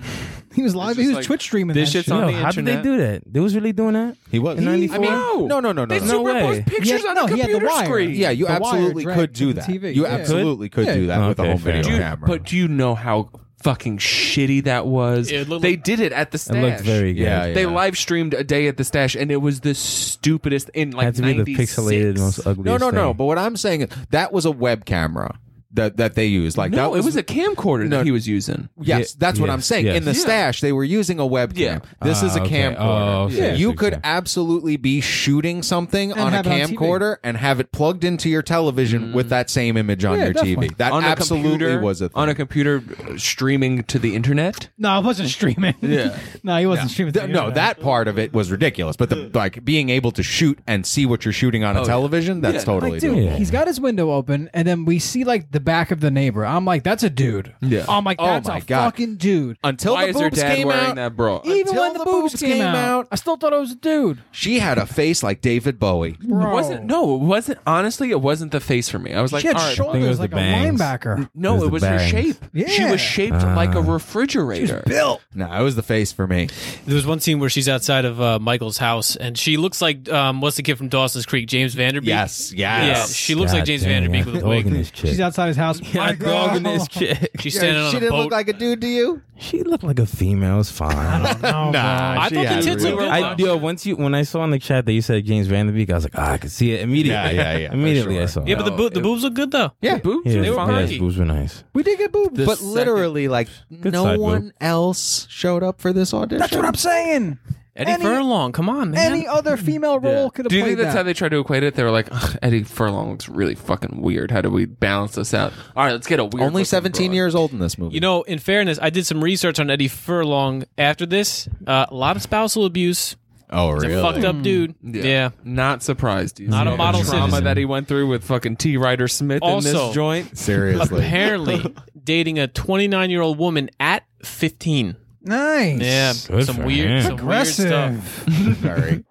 [SPEAKER 3] He was live. He was
[SPEAKER 2] like,
[SPEAKER 3] Twitch streaming.
[SPEAKER 2] this
[SPEAKER 3] that
[SPEAKER 2] shit's
[SPEAKER 3] shit.
[SPEAKER 2] on
[SPEAKER 5] Yo,
[SPEAKER 2] the
[SPEAKER 5] how did they
[SPEAKER 2] internet.
[SPEAKER 5] do that? They was really doing that?
[SPEAKER 4] He was
[SPEAKER 5] In 94?
[SPEAKER 4] I mean, no, no, no, no.
[SPEAKER 2] They
[SPEAKER 4] no.
[SPEAKER 5] super-
[SPEAKER 2] superimposed
[SPEAKER 5] way.
[SPEAKER 2] pictures
[SPEAKER 3] Yeah,
[SPEAKER 2] on
[SPEAKER 3] no,
[SPEAKER 2] a
[SPEAKER 3] he had the
[SPEAKER 2] computer
[SPEAKER 3] wire.
[SPEAKER 2] screen.
[SPEAKER 4] Yeah, you
[SPEAKER 3] The wire
[SPEAKER 4] absolutely
[SPEAKER 3] dragged
[SPEAKER 4] could
[SPEAKER 3] to
[SPEAKER 4] do
[SPEAKER 3] the
[SPEAKER 4] that.
[SPEAKER 3] TV,
[SPEAKER 4] You
[SPEAKER 3] yeah.
[SPEAKER 4] absolutely could do that with a
[SPEAKER 5] Okay,
[SPEAKER 4] whole
[SPEAKER 5] fair
[SPEAKER 4] video
[SPEAKER 5] enough.
[SPEAKER 4] camera.
[SPEAKER 2] But do you know how fucking shitty that was?
[SPEAKER 1] It looked
[SPEAKER 2] they
[SPEAKER 1] like-
[SPEAKER 2] did it at the
[SPEAKER 5] It
[SPEAKER 2] stash.
[SPEAKER 5] looked very good.
[SPEAKER 4] yeah, yeah.
[SPEAKER 2] They live streamed a day at the stash, and it was the stupidest in like
[SPEAKER 5] Had to be the
[SPEAKER 2] 96.
[SPEAKER 5] pixelated, most ugly.
[SPEAKER 4] no, no, no. But what I'm saying is that was a web camera that that they used. Like that
[SPEAKER 2] No, it was a camcorder
[SPEAKER 4] No.
[SPEAKER 2] that he was using.
[SPEAKER 4] Yes,
[SPEAKER 5] Ye-
[SPEAKER 4] that's what
[SPEAKER 5] yes,
[SPEAKER 4] I'm saying.
[SPEAKER 5] yes.
[SPEAKER 4] In the
[SPEAKER 5] Yeah.
[SPEAKER 4] stash, they were using a webcam.
[SPEAKER 2] Yeah.
[SPEAKER 4] This is a
[SPEAKER 5] Ah, okay.
[SPEAKER 4] camcorder.
[SPEAKER 5] Oh, okay, Yeah. I see
[SPEAKER 4] You
[SPEAKER 5] what
[SPEAKER 4] could
[SPEAKER 5] you're saying.
[SPEAKER 4] absolutely be shooting something on a
[SPEAKER 3] have it on TV.
[SPEAKER 4] camcorder and have it plugged into your television with that same image on
[SPEAKER 3] Yeah,
[SPEAKER 4] your
[SPEAKER 3] definitely.
[SPEAKER 4] TV. That
[SPEAKER 2] on a
[SPEAKER 4] absolutely
[SPEAKER 2] computer,
[SPEAKER 4] was a thing.
[SPEAKER 2] on a computer uh, streaming to the internet.
[SPEAKER 3] No, it wasn't streaming. Yeah. no, he wasn't streaming.
[SPEAKER 4] Th- no,
[SPEAKER 3] Yeah.
[SPEAKER 4] that part of it was ridiculous. But the like being able to shoot and see what you're shooting on a television, that's totally
[SPEAKER 3] Like, dude,
[SPEAKER 4] doable.
[SPEAKER 3] he's got his window open, and then we see like the back of the neighbor. I'm like, that's a dude.
[SPEAKER 2] Yeah.
[SPEAKER 3] I'm like,
[SPEAKER 4] Oh
[SPEAKER 3] that's
[SPEAKER 4] my
[SPEAKER 3] a
[SPEAKER 4] God.
[SPEAKER 3] fucking dude.
[SPEAKER 4] Until
[SPEAKER 2] Why
[SPEAKER 4] the
[SPEAKER 2] is
[SPEAKER 4] boobs
[SPEAKER 2] your dad
[SPEAKER 4] came
[SPEAKER 2] wearing
[SPEAKER 4] out,
[SPEAKER 2] that bra?
[SPEAKER 3] Even
[SPEAKER 4] until
[SPEAKER 3] when the, boobs, came, out, I still thought it was a dude.
[SPEAKER 4] she had a face like David Bowie.
[SPEAKER 3] Bro.
[SPEAKER 2] It wasn't no, it wasn't. Honestly, it wasn't the face for me. I was like,
[SPEAKER 3] She had
[SPEAKER 2] all right,
[SPEAKER 5] think it
[SPEAKER 3] shoulders
[SPEAKER 5] was the
[SPEAKER 3] like a
[SPEAKER 5] bangs.
[SPEAKER 3] linebacker.
[SPEAKER 5] It
[SPEAKER 2] no,
[SPEAKER 5] was
[SPEAKER 2] it
[SPEAKER 5] the
[SPEAKER 2] was her
[SPEAKER 5] bangs.
[SPEAKER 2] shape. She
[SPEAKER 3] Yeah.
[SPEAKER 2] was shaped like a refrigerator.
[SPEAKER 4] Bill. No, it was the face for me.
[SPEAKER 1] There was one scene where she's outside of uh, Michael's house, and she looks like um, what's the kid from Dawson's Creek, James Vanderbeek?
[SPEAKER 4] Yes,
[SPEAKER 1] yeah,
[SPEAKER 4] yes.
[SPEAKER 1] she looks like James Vanderbeek with a
[SPEAKER 5] Dogging
[SPEAKER 1] wig.
[SPEAKER 5] this chick.
[SPEAKER 3] She's outside his house. My God.
[SPEAKER 5] chick.
[SPEAKER 1] She's standing on a boat.
[SPEAKER 4] like a dude to you.
[SPEAKER 5] She looked like a female. It's fine.
[SPEAKER 3] No, bro.
[SPEAKER 1] I thought the tits
[SPEAKER 4] real-
[SPEAKER 1] looked good.
[SPEAKER 5] I yo, once you when I saw in the chat that you said James Vanderbeek, I was like, ah, I could see it immediately.
[SPEAKER 4] Yeah, yeah, yeah, for
[SPEAKER 5] immediately,
[SPEAKER 4] sure.
[SPEAKER 5] I saw.
[SPEAKER 1] yeah,
[SPEAKER 5] it.
[SPEAKER 1] but the, boob the boobs look good though.
[SPEAKER 4] Yeah,
[SPEAKER 2] Boobs
[SPEAKER 5] yeah,
[SPEAKER 2] they were
[SPEAKER 5] yeah, his
[SPEAKER 2] fine.
[SPEAKER 5] boobs were nice.
[SPEAKER 3] we did get boobs.
[SPEAKER 4] but literally, like no
[SPEAKER 5] side boob.
[SPEAKER 4] one else showed up for this audition.
[SPEAKER 3] That's what I'm saying.
[SPEAKER 1] Eddie
[SPEAKER 3] Any-
[SPEAKER 1] Furlong, come on, man.
[SPEAKER 3] Any other female role could have
[SPEAKER 2] Do you
[SPEAKER 3] played
[SPEAKER 2] think that's
[SPEAKER 3] that.
[SPEAKER 2] how they tried to equate it? They were like, "Ugh, Eddie Furlong looks really fucking weird. How do we balance this out? All right, let's get a weird.
[SPEAKER 4] Only
[SPEAKER 2] looking
[SPEAKER 4] 17
[SPEAKER 2] broad.
[SPEAKER 4] years old in this movie.
[SPEAKER 1] You know, in fairness, I did some research on Eddie Furlong after this. Uh, a lot of spousal abuse.
[SPEAKER 4] oh
[SPEAKER 1] He's a
[SPEAKER 4] really?
[SPEAKER 1] fucked
[SPEAKER 3] Hmm.
[SPEAKER 1] up dude. Yeah.
[SPEAKER 2] Not surprised. You
[SPEAKER 1] Not a
[SPEAKER 2] see the
[SPEAKER 1] model
[SPEAKER 2] trauma
[SPEAKER 1] citizen.
[SPEAKER 2] that he went through with fucking T. Ryder Smith in
[SPEAKER 1] Also-
[SPEAKER 2] this joint.
[SPEAKER 4] Seriously.
[SPEAKER 1] Apparently, dating a 29 year old woman at 15.
[SPEAKER 3] Nice.
[SPEAKER 1] Yeah.
[SPEAKER 5] Good
[SPEAKER 1] some
[SPEAKER 5] for
[SPEAKER 1] weird,
[SPEAKER 5] him.
[SPEAKER 1] some weird stuff.
[SPEAKER 3] Aggressive.
[SPEAKER 4] Very.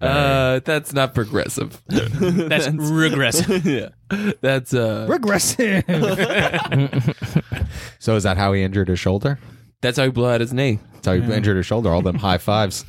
[SPEAKER 2] Uh, that's not progressive.
[SPEAKER 1] That's regressive.
[SPEAKER 2] yeah, that's uh,
[SPEAKER 3] Regressive.
[SPEAKER 4] So is that how he injured his shoulder?
[SPEAKER 2] that's how he blew out his knee.
[SPEAKER 4] That's how he injured his shoulder. All them high fives.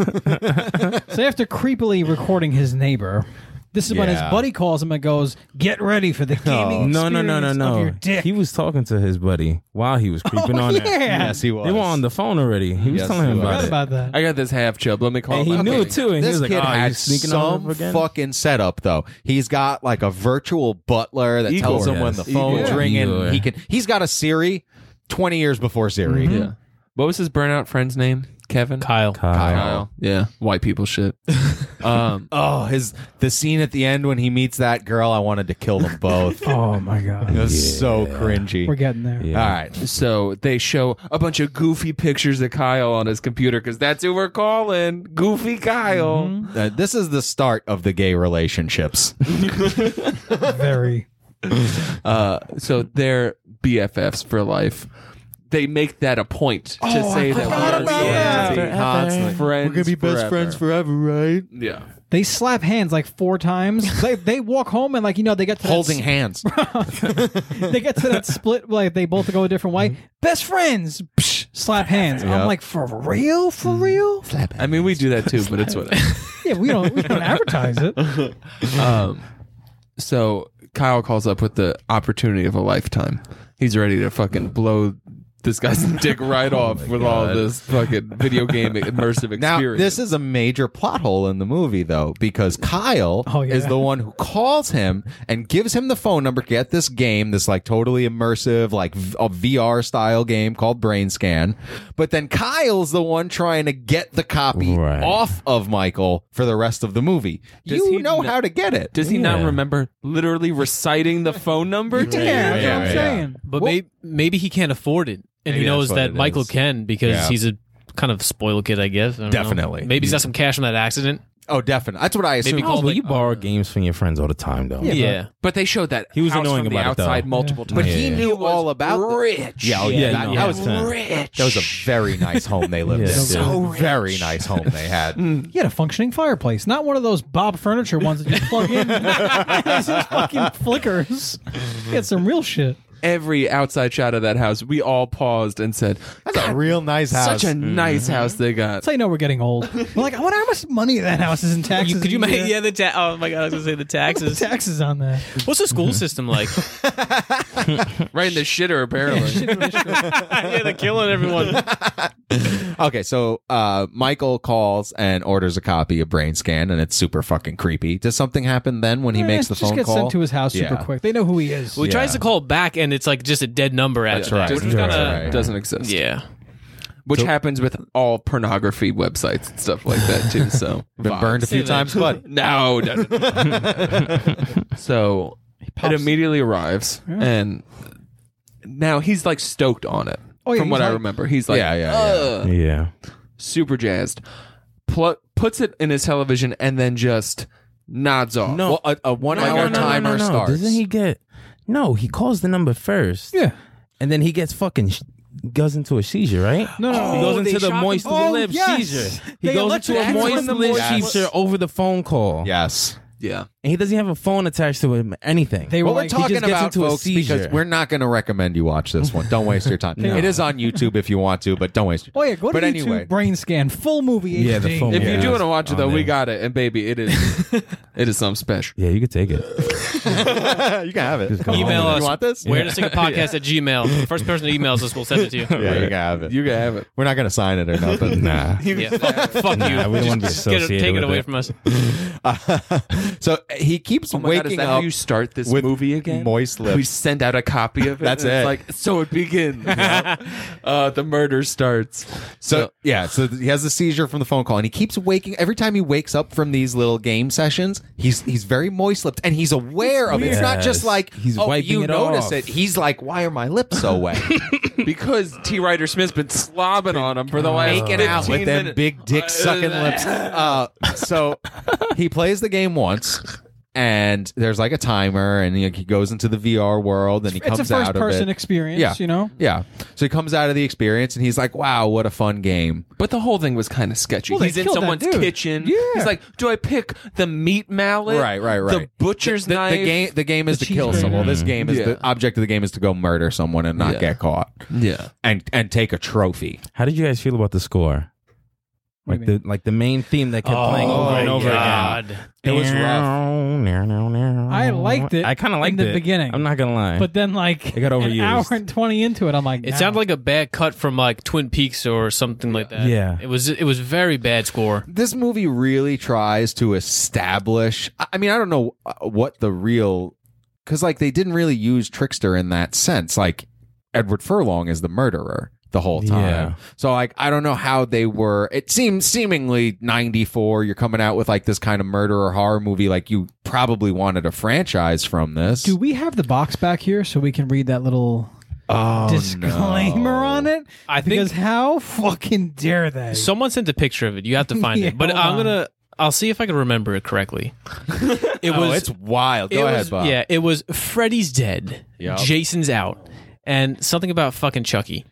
[SPEAKER 3] so after creepily recording his neighbor, this is when his
[SPEAKER 4] Yeah.
[SPEAKER 3] buddy calls him and goes, "Get ready for the gaming
[SPEAKER 5] No, no, no, no,
[SPEAKER 3] experience Of your
[SPEAKER 5] no.
[SPEAKER 3] dick.
[SPEAKER 5] He was talking to his buddy while he was creeping on
[SPEAKER 3] yeah.
[SPEAKER 5] it.
[SPEAKER 4] he was.
[SPEAKER 5] They were on the phone already. He was
[SPEAKER 4] Yes,
[SPEAKER 5] telling
[SPEAKER 4] he
[SPEAKER 5] him
[SPEAKER 4] was.
[SPEAKER 3] Forgot
[SPEAKER 5] about it.
[SPEAKER 3] about that.
[SPEAKER 2] I got this half chub. Let me call.
[SPEAKER 5] And he
[SPEAKER 2] my-
[SPEAKER 5] knew it too. And he
[SPEAKER 4] This
[SPEAKER 5] was like,
[SPEAKER 4] kid
[SPEAKER 5] oh,
[SPEAKER 4] had
[SPEAKER 5] you sneaking on
[SPEAKER 4] some
[SPEAKER 5] him again?
[SPEAKER 4] fucking setup though. He's got like a virtual butler that
[SPEAKER 2] Eagle,
[SPEAKER 4] tells him when
[SPEAKER 5] yes.
[SPEAKER 4] the phone's
[SPEAKER 5] Eagle.
[SPEAKER 4] ringing.
[SPEAKER 5] Eagle.
[SPEAKER 4] He can. He's got a Siri. Twenty years before Siri.
[SPEAKER 5] Mm-hmm.
[SPEAKER 2] Yeah. What was his burnout friend's name? Kevin.
[SPEAKER 1] Kyle.
[SPEAKER 5] Kyle.
[SPEAKER 2] Kyle. Yeah, white people shit. um,
[SPEAKER 4] Oh, his the scene at the end when he meets that girl. I wanted to kill them both. it
[SPEAKER 3] Oh my god,
[SPEAKER 4] was so cringy.
[SPEAKER 3] we're getting there.
[SPEAKER 5] Yeah.
[SPEAKER 4] All right.
[SPEAKER 2] so they show a bunch of goofy pictures of Kyle on his computer because that's who we're calling Goofy Kyle.
[SPEAKER 4] Uh, this is the start of the gay relationships.
[SPEAKER 3] Very.
[SPEAKER 2] Uh, so they're BFFs for life. They make that a point to say that
[SPEAKER 3] forgot
[SPEAKER 2] we're
[SPEAKER 3] about
[SPEAKER 2] going
[SPEAKER 3] that.
[SPEAKER 2] to be constant friends. forever.
[SPEAKER 4] forever, right?
[SPEAKER 2] Yeah.
[SPEAKER 3] They slap hands like four times. they they walk home and like you know they get to that-
[SPEAKER 4] Holding hands.
[SPEAKER 3] they get to that split like they both go a different way.
[SPEAKER 4] Mm-hmm.
[SPEAKER 3] Best friends psh, slap hands. I'm like for real, for
[SPEAKER 4] Mm-hmm.
[SPEAKER 3] real.
[SPEAKER 2] I mean, we do that too, but it's whatever.
[SPEAKER 3] Yeah, we don't we don't advertise it.
[SPEAKER 2] So Kyle calls up with the opportunity of a lifetime. He's ready to fucking blow this guy's dick right off with all this fucking video game immersive experience.
[SPEAKER 4] Now, this is a major plot hole in the movie, though, because Kyle
[SPEAKER 3] Oh, yeah.
[SPEAKER 4] is the one who calls him and gives him the phone number. Get this game, this like totally immersive, like v- a VR style game called Brain Scan. But then Kyle's the one trying to get the copy
[SPEAKER 5] Right.
[SPEAKER 4] off of Michael for the rest of the movie.
[SPEAKER 2] Does
[SPEAKER 4] you
[SPEAKER 2] he
[SPEAKER 4] know
[SPEAKER 2] kn-
[SPEAKER 4] how to get it.
[SPEAKER 2] Does he not
[SPEAKER 5] Yeah.
[SPEAKER 2] remember literally reciting the phone number?
[SPEAKER 3] Yeah, that's
[SPEAKER 4] yeah,
[SPEAKER 3] what
[SPEAKER 4] yeah.
[SPEAKER 3] I'm saying.
[SPEAKER 1] But maybe maybe he can't afford it, and he
[SPEAKER 4] Maybe that's
[SPEAKER 1] knows
[SPEAKER 4] what
[SPEAKER 1] that
[SPEAKER 4] it
[SPEAKER 1] Michael
[SPEAKER 4] is.
[SPEAKER 1] can because
[SPEAKER 4] Yeah.
[SPEAKER 1] he's a kind of spoiled kid, I guess. I don't know.
[SPEAKER 4] Definitely.
[SPEAKER 1] Maybe he's got some cash from that accident.
[SPEAKER 4] oh, definitely. That's what I assume.
[SPEAKER 1] Maybe
[SPEAKER 5] Oh,
[SPEAKER 1] call
[SPEAKER 5] but
[SPEAKER 1] like,
[SPEAKER 5] you borrow games from your friends all the time, though.
[SPEAKER 1] yeah.
[SPEAKER 2] But they showed that
[SPEAKER 5] He was
[SPEAKER 2] house
[SPEAKER 5] annoying
[SPEAKER 2] from the
[SPEAKER 5] about it, though.
[SPEAKER 2] outside multiple times.
[SPEAKER 4] But he knew all about that.
[SPEAKER 2] rich.
[SPEAKER 4] Yeah, oh, yeah,
[SPEAKER 5] Yeah,
[SPEAKER 4] that,
[SPEAKER 5] no,
[SPEAKER 4] that was
[SPEAKER 5] 100%.
[SPEAKER 2] rich.
[SPEAKER 4] that was a very nice home they lived
[SPEAKER 5] Yeah.
[SPEAKER 4] in.
[SPEAKER 5] So
[SPEAKER 4] very nice home they had.
[SPEAKER 3] He had a functioning fireplace, not one of those Bob furniture ones that you plug in. It's just fucking flickers. He had some real shit.
[SPEAKER 2] every outside shot of that house. We all paused and said,
[SPEAKER 4] That's a real nice house.
[SPEAKER 2] "Such a nice house Mm-hmm. they got."
[SPEAKER 3] That's how you know we're getting old. We're like, I wonder how much money that house is in taxes.
[SPEAKER 1] could you
[SPEAKER 3] a
[SPEAKER 1] make
[SPEAKER 3] year.
[SPEAKER 1] yeah the ta- oh my god I was gonna say the
[SPEAKER 3] The
[SPEAKER 1] taxes.
[SPEAKER 3] taxes on that?
[SPEAKER 1] What's the school system like?
[SPEAKER 2] Right in the shitter, apparently.
[SPEAKER 1] yeah, they're killing everyone.
[SPEAKER 4] Okay, so uh, Michael calls and orders a copy of Brain Scan, and it's super fucking creepy. Does something happen then when he
[SPEAKER 3] Eh,
[SPEAKER 4] makes the
[SPEAKER 3] just
[SPEAKER 4] phone
[SPEAKER 3] gets
[SPEAKER 4] call?
[SPEAKER 3] sent to his house
[SPEAKER 4] Yeah.
[SPEAKER 3] super quick. They know who he is.
[SPEAKER 1] Well, he tries
[SPEAKER 4] Yeah.
[SPEAKER 1] to call back, and it's like just a dead number after
[SPEAKER 4] right.
[SPEAKER 1] that, which is
[SPEAKER 5] That's
[SPEAKER 1] kind of
[SPEAKER 4] right.
[SPEAKER 2] Doesn't exist.
[SPEAKER 1] yeah.
[SPEAKER 2] Which happens with all pornography websites and stuff like that too. So
[SPEAKER 4] Been burned a
[SPEAKER 1] Say
[SPEAKER 4] few
[SPEAKER 1] that.
[SPEAKER 4] times, but
[SPEAKER 2] No, no, no, no. so it immediately arrives, and now he's like stoked on it.
[SPEAKER 3] Oh, yeah,
[SPEAKER 2] from
[SPEAKER 3] he's
[SPEAKER 2] what I
[SPEAKER 3] like-
[SPEAKER 2] remember, he's like,
[SPEAKER 4] Yeah, yeah, yeah.
[SPEAKER 2] "Ugh,"
[SPEAKER 5] Yeah.
[SPEAKER 2] super jazzed. Pl- puts it in his television and then just nods off.
[SPEAKER 5] No.
[SPEAKER 4] well, a, a one-hour
[SPEAKER 5] No, no, no, no,
[SPEAKER 4] timer
[SPEAKER 5] no, no.
[SPEAKER 4] starts.
[SPEAKER 5] Doesn't he get? No, he calls the number first.
[SPEAKER 3] yeah.
[SPEAKER 5] and then he gets fucking sh- goes into a seizure, right?
[SPEAKER 3] No, no,
[SPEAKER 5] he
[SPEAKER 3] no.
[SPEAKER 5] goes into the moist
[SPEAKER 3] Oh,
[SPEAKER 5] lip
[SPEAKER 3] yes.
[SPEAKER 5] seizure. He
[SPEAKER 3] They
[SPEAKER 5] goes
[SPEAKER 3] elect-
[SPEAKER 5] into a
[SPEAKER 3] that's when
[SPEAKER 5] moist
[SPEAKER 3] the
[SPEAKER 5] lip
[SPEAKER 3] moist lip-
[SPEAKER 5] seizure over the phone call.
[SPEAKER 4] Yes.
[SPEAKER 2] Yeah,
[SPEAKER 5] and he doesn't have a phone attached to him. Anything.
[SPEAKER 3] They were
[SPEAKER 4] What we're
[SPEAKER 3] like,
[SPEAKER 4] talking
[SPEAKER 5] just gets
[SPEAKER 4] about,
[SPEAKER 5] into a
[SPEAKER 4] folks, because
[SPEAKER 5] seizure.
[SPEAKER 4] we're not going to recommend you watch this one. Don't waste your time. It is on YouTube if you want to, but don't waste your
[SPEAKER 3] oh yeah, go to
[SPEAKER 4] But
[SPEAKER 3] YouTube
[SPEAKER 4] anyway.
[SPEAKER 3] brain scan, full movie
[SPEAKER 5] Yeah,
[SPEAKER 3] HD.
[SPEAKER 5] the phone.
[SPEAKER 2] if you
[SPEAKER 5] Yeah.
[SPEAKER 2] do want to watch it
[SPEAKER 5] On
[SPEAKER 2] though, we
[SPEAKER 5] there.
[SPEAKER 2] got it. And baby, it is it is something special.
[SPEAKER 5] yeah, you could take it.
[SPEAKER 4] you can have it.
[SPEAKER 5] go Email
[SPEAKER 1] home. us.
[SPEAKER 4] You want this?
[SPEAKER 1] Where to sing a podcast at Gmail. The first person who emails us will send it to you.
[SPEAKER 4] Yeah, you can have it.
[SPEAKER 2] You can have it.
[SPEAKER 4] We're not going to sign it or nothing. nah.
[SPEAKER 1] Yeah, fuck, fuck you.
[SPEAKER 5] we don't wanna be
[SPEAKER 1] just, just get it,
[SPEAKER 5] associated
[SPEAKER 1] take it
[SPEAKER 5] with
[SPEAKER 1] away
[SPEAKER 5] it.
[SPEAKER 1] from us.
[SPEAKER 4] so he keeps
[SPEAKER 2] Oh my God, is
[SPEAKER 4] waking
[SPEAKER 2] that
[SPEAKER 4] up.
[SPEAKER 2] how you start this
[SPEAKER 4] with
[SPEAKER 2] movie again?
[SPEAKER 4] moist lips.
[SPEAKER 2] We send out a copy of it.
[SPEAKER 4] That's
[SPEAKER 2] and
[SPEAKER 4] it.
[SPEAKER 2] It's like so it begins. you know? uh, the murder starts.
[SPEAKER 4] So yeah, so th- he has a seizure from the phone call, and he keeps waking. Every time he wakes up from these little game sessions, he's he's very moist lipped, and he's aware of it. It's not just
[SPEAKER 5] Yes.
[SPEAKER 4] like
[SPEAKER 5] He's
[SPEAKER 4] oh,
[SPEAKER 5] wiping
[SPEAKER 4] you
[SPEAKER 5] it
[SPEAKER 4] notice
[SPEAKER 5] off.
[SPEAKER 4] it. He's like, why are my lips so wet?
[SPEAKER 2] because T. Ryder Smith's been slobbing on him for the last
[SPEAKER 4] Making out
[SPEAKER 2] 15
[SPEAKER 4] with them
[SPEAKER 2] minutes.
[SPEAKER 4] big dick sucking lips. Uh, so he plays the game once. And there's like a timer, and he, he goes into the VR world, and he
[SPEAKER 3] It's
[SPEAKER 4] comes
[SPEAKER 3] a
[SPEAKER 4] out
[SPEAKER 3] first
[SPEAKER 4] of
[SPEAKER 3] person
[SPEAKER 4] it.
[SPEAKER 3] experience,
[SPEAKER 4] Yeah.
[SPEAKER 3] you know?
[SPEAKER 4] Yeah. So he comes out of the experience and he's like, wow, what a fun game.
[SPEAKER 2] But the whole thing was kind of sketchy.
[SPEAKER 3] Well, they
[SPEAKER 2] He's in
[SPEAKER 3] killed that
[SPEAKER 2] someone's
[SPEAKER 3] dude.
[SPEAKER 2] kitchen.
[SPEAKER 3] Yeah.
[SPEAKER 2] He's like, do I pick the meat mallet?
[SPEAKER 4] Right, right, right.
[SPEAKER 2] The butcher's
[SPEAKER 4] The,
[SPEAKER 2] knife.
[SPEAKER 4] the game the game is
[SPEAKER 3] The
[SPEAKER 4] to kill
[SPEAKER 3] cheeseburger.
[SPEAKER 4] someone. Well, this game is
[SPEAKER 2] Yeah.
[SPEAKER 4] the object of the game is to go murder someone and not
[SPEAKER 2] Yeah.
[SPEAKER 4] get caught.
[SPEAKER 2] Yeah.
[SPEAKER 4] And and take a trophy.
[SPEAKER 5] How did you guys feel about the score?
[SPEAKER 3] What
[SPEAKER 5] Like
[SPEAKER 3] do you
[SPEAKER 5] the like the main theme that kept playing over and
[SPEAKER 1] Oh my
[SPEAKER 5] over again.
[SPEAKER 1] God.
[SPEAKER 4] It was rough.
[SPEAKER 5] I
[SPEAKER 3] liked it
[SPEAKER 5] I kind of liked
[SPEAKER 3] in the
[SPEAKER 5] it.
[SPEAKER 3] beginning.
[SPEAKER 5] I'm not gonna lie.
[SPEAKER 3] But then, like,
[SPEAKER 5] It got
[SPEAKER 3] an
[SPEAKER 5] overused.
[SPEAKER 3] hour and 20 into it, I'm like,
[SPEAKER 1] It
[SPEAKER 3] nah.
[SPEAKER 1] sounded like a bad cut from like Twin Peaks or something like that.
[SPEAKER 5] Yeah.
[SPEAKER 1] it was it was very bad score.
[SPEAKER 4] This movie really tries to establish I I mean, I don't know uh, what the real cuz like they didn't really use trickster in that sense. Like Edward Furlong is the murderer the whole time.
[SPEAKER 5] Yeah.
[SPEAKER 4] So like I don't know how they were. It seems seemingly 94 you're coming out with like this kind of murderer horror movie like you probably wanted a franchise from this.
[SPEAKER 3] Do we have the box back here so we can read that little
[SPEAKER 4] oh,
[SPEAKER 3] disclaimer on it?
[SPEAKER 1] I think-
[SPEAKER 3] because how fucking dare they?
[SPEAKER 1] Someone sent a picture of it. You have to find
[SPEAKER 3] Yeah,
[SPEAKER 1] it, but
[SPEAKER 3] hold
[SPEAKER 1] I'm
[SPEAKER 3] on.
[SPEAKER 1] gonna. I'll see if I can remember it correctly. It
[SPEAKER 4] Oh,
[SPEAKER 1] was.
[SPEAKER 4] it's wild.
[SPEAKER 1] it
[SPEAKER 4] Go
[SPEAKER 1] was-
[SPEAKER 4] ahead, Bob.
[SPEAKER 1] Yeah, it was. Freddy's dead.
[SPEAKER 4] Yep.
[SPEAKER 1] Jason's out, and something about fucking Chucky.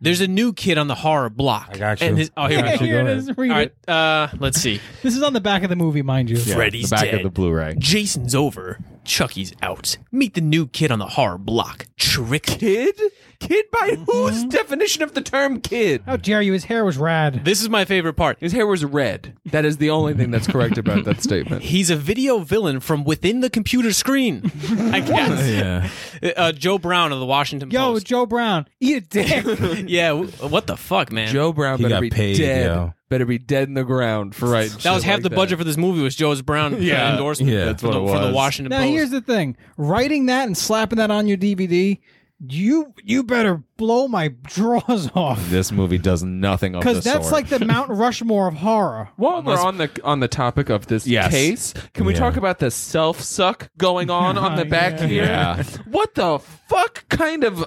[SPEAKER 1] There's a new kid on the horror block. I
[SPEAKER 5] got you.
[SPEAKER 1] And his, oh, here
[SPEAKER 5] I
[SPEAKER 1] we
[SPEAKER 5] got
[SPEAKER 1] go.
[SPEAKER 5] you.
[SPEAKER 3] here
[SPEAKER 5] go
[SPEAKER 3] it
[SPEAKER 5] ahead.
[SPEAKER 3] is. Read
[SPEAKER 1] All
[SPEAKER 3] it.
[SPEAKER 1] right, uh, let's see.
[SPEAKER 3] This is on the back of the movie, mind you.
[SPEAKER 1] Freddy's
[SPEAKER 4] the back
[SPEAKER 1] dead.
[SPEAKER 4] of the Blu-ray.
[SPEAKER 1] Jason's over. Chucky's out. Meet the new kid on the horror block. Trick
[SPEAKER 2] Kid? Kid by whose definition of the term kid?
[SPEAKER 3] How dare you? His hair was rad.
[SPEAKER 1] This is my favorite part.
[SPEAKER 2] His hair was red. That is the only thing that's correct about that statement.
[SPEAKER 1] He's a video villain from within the computer screen. I guess.
[SPEAKER 5] Yeah.
[SPEAKER 1] Uh, Joe Brown of the Washington
[SPEAKER 3] Yo,
[SPEAKER 1] Post.
[SPEAKER 3] Joe Brown, eat a dick.
[SPEAKER 1] yeah, w- what the fuck, man?
[SPEAKER 2] Joe Brown
[SPEAKER 5] He
[SPEAKER 2] better
[SPEAKER 5] got
[SPEAKER 2] be
[SPEAKER 5] paid,
[SPEAKER 2] dead.
[SPEAKER 5] yo.
[SPEAKER 2] Better be dead in the ground for right.
[SPEAKER 1] that was half the budget for this movie was Joe's Brown yeah. endorsement
[SPEAKER 5] Yeah,
[SPEAKER 1] that's
[SPEAKER 5] that's
[SPEAKER 1] for,
[SPEAKER 2] what
[SPEAKER 1] the,
[SPEAKER 2] it
[SPEAKER 1] for the
[SPEAKER 2] was.
[SPEAKER 1] Washington
[SPEAKER 3] now
[SPEAKER 1] Post.
[SPEAKER 3] here's the thing: writing that and slapping that on your DVD, you you better blow my drawers off
[SPEAKER 4] This movie does nothing of the
[SPEAKER 3] because that's
[SPEAKER 4] sort.
[SPEAKER 3] like the Mount Rushmore of horror.
[SPEAKER 2] While we're on the on the topic of this
[SPEAKER 4] Yes.
[SPEAKER 2] case, can we
[SPEAKER 5] Yeah.
[SPEAKER 2] talk about the self suck going on on the back
[SPEAKER 3] Yeah.
[SPEAKER 2] here?
[SPEAKER 4] Yeah.
[SPEAKER 2] What the fuck kind of?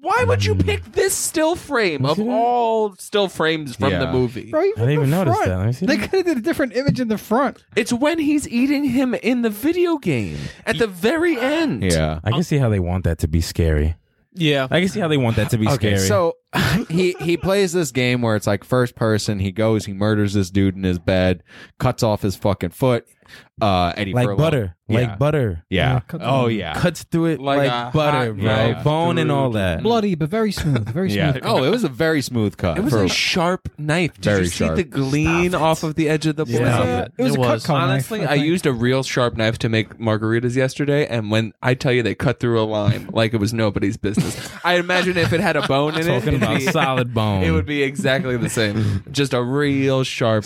[SPEAKER 2] Why would you pick this still frame of all still frames from the
[SPEAKER 4] Yeah.
[SPEAKER 2] movie?
[SPEAKER 3] Bro, even
[SPEAKER 5] I didn't even
[SPEAKER 3] the
[SPEAKER 5] notice
[SPEAKER 3] front.
[SPEAKER 5] that. Let me see
[SPEAKER 3] They
[SPEAKER 5] that.
[SPEAKER 3] could have did a different image in the front.
[SPEAKER 2] It's when he's eating him in the video game at the very end.
[SPEAKER 4] yeah.
[SPEAKER 5] I can see how they want that to be scary.
[SPEAKER 1] yeah.
[SPEAKER 5] I can see how they want that to be
[SPEAKER 4] Okay,
[SPEAKER 5] scary.
[SPEAKER 4] so he he plays this game where it's like first person. He goes, he murders this dude in his bed, cuts off his fucking foot. Uh, Eddie
[SPEAKER 5] like
[SPEAKER 4] Furlong.
[SPEAKER 5] butter,
[SPEAKER 4] Yeah.
[SPEAKER 5] like butter. Mm-hmm.
[SPEAKER 4] Yeah.
[SPEAKER 3] cut the-
[SPEAKER 4] oh yeah.
[SPEAKER 5] Cuts through it
[SPEAKER 2] Like
[SPEAKER 5] like,
[SPEAKER 2] a
[SPEAKER 5] butter,
[SPEAKER 2] hot
[SPEAKER 5] bro.
[SPEAKER 2] knife
[SPEAKER 5] Bone and all
[SPEAKER 2] through-
[SPEAKER 5] that.
[SPEAKER 3] Bloody, but very smooth. Very
[SPEAKER 4] yeah.
[SPEAKER 3] smooth.
[SPEAKER 4] Oh, it was a very smooth cut.
[SPEAKER 2] It was
[SPEAKER 4] for-
[SPEAKER 2] a sharp knife. Did you
[SPEAKER 4] Very
[SPEAKER 2] see
[SPEAKER 4] sharp.
[SPEAKER 2] the glean off of the edge of the blade?
[SPEAKER 3] It was
[SPEAKER 5] Yeah.
[SPEAKER 3] a, it was
[SPEAKER 1] It
[SPEAKER 3] a
[SPEAKER 1] was.
[SPEAKER 3] cut call knife,
[SPEAKER 2] Honestly, I,
[SPEAKER 3] think.
[SPEAKER 2] used a real sharp knife to make margaritas yesterday, and when I tell you they cut through a lime like it was nobody's business, I imagine if it had a bone in
[SPEAKER 5] Talking
[SPEAKER 2] it, it'd
[SPEAKER 5] about
[SPEAKER 2] be-
[SPEAKER 5] solid bone.
[SPEAKER 2] it would be exactly the same. Just a real sharp.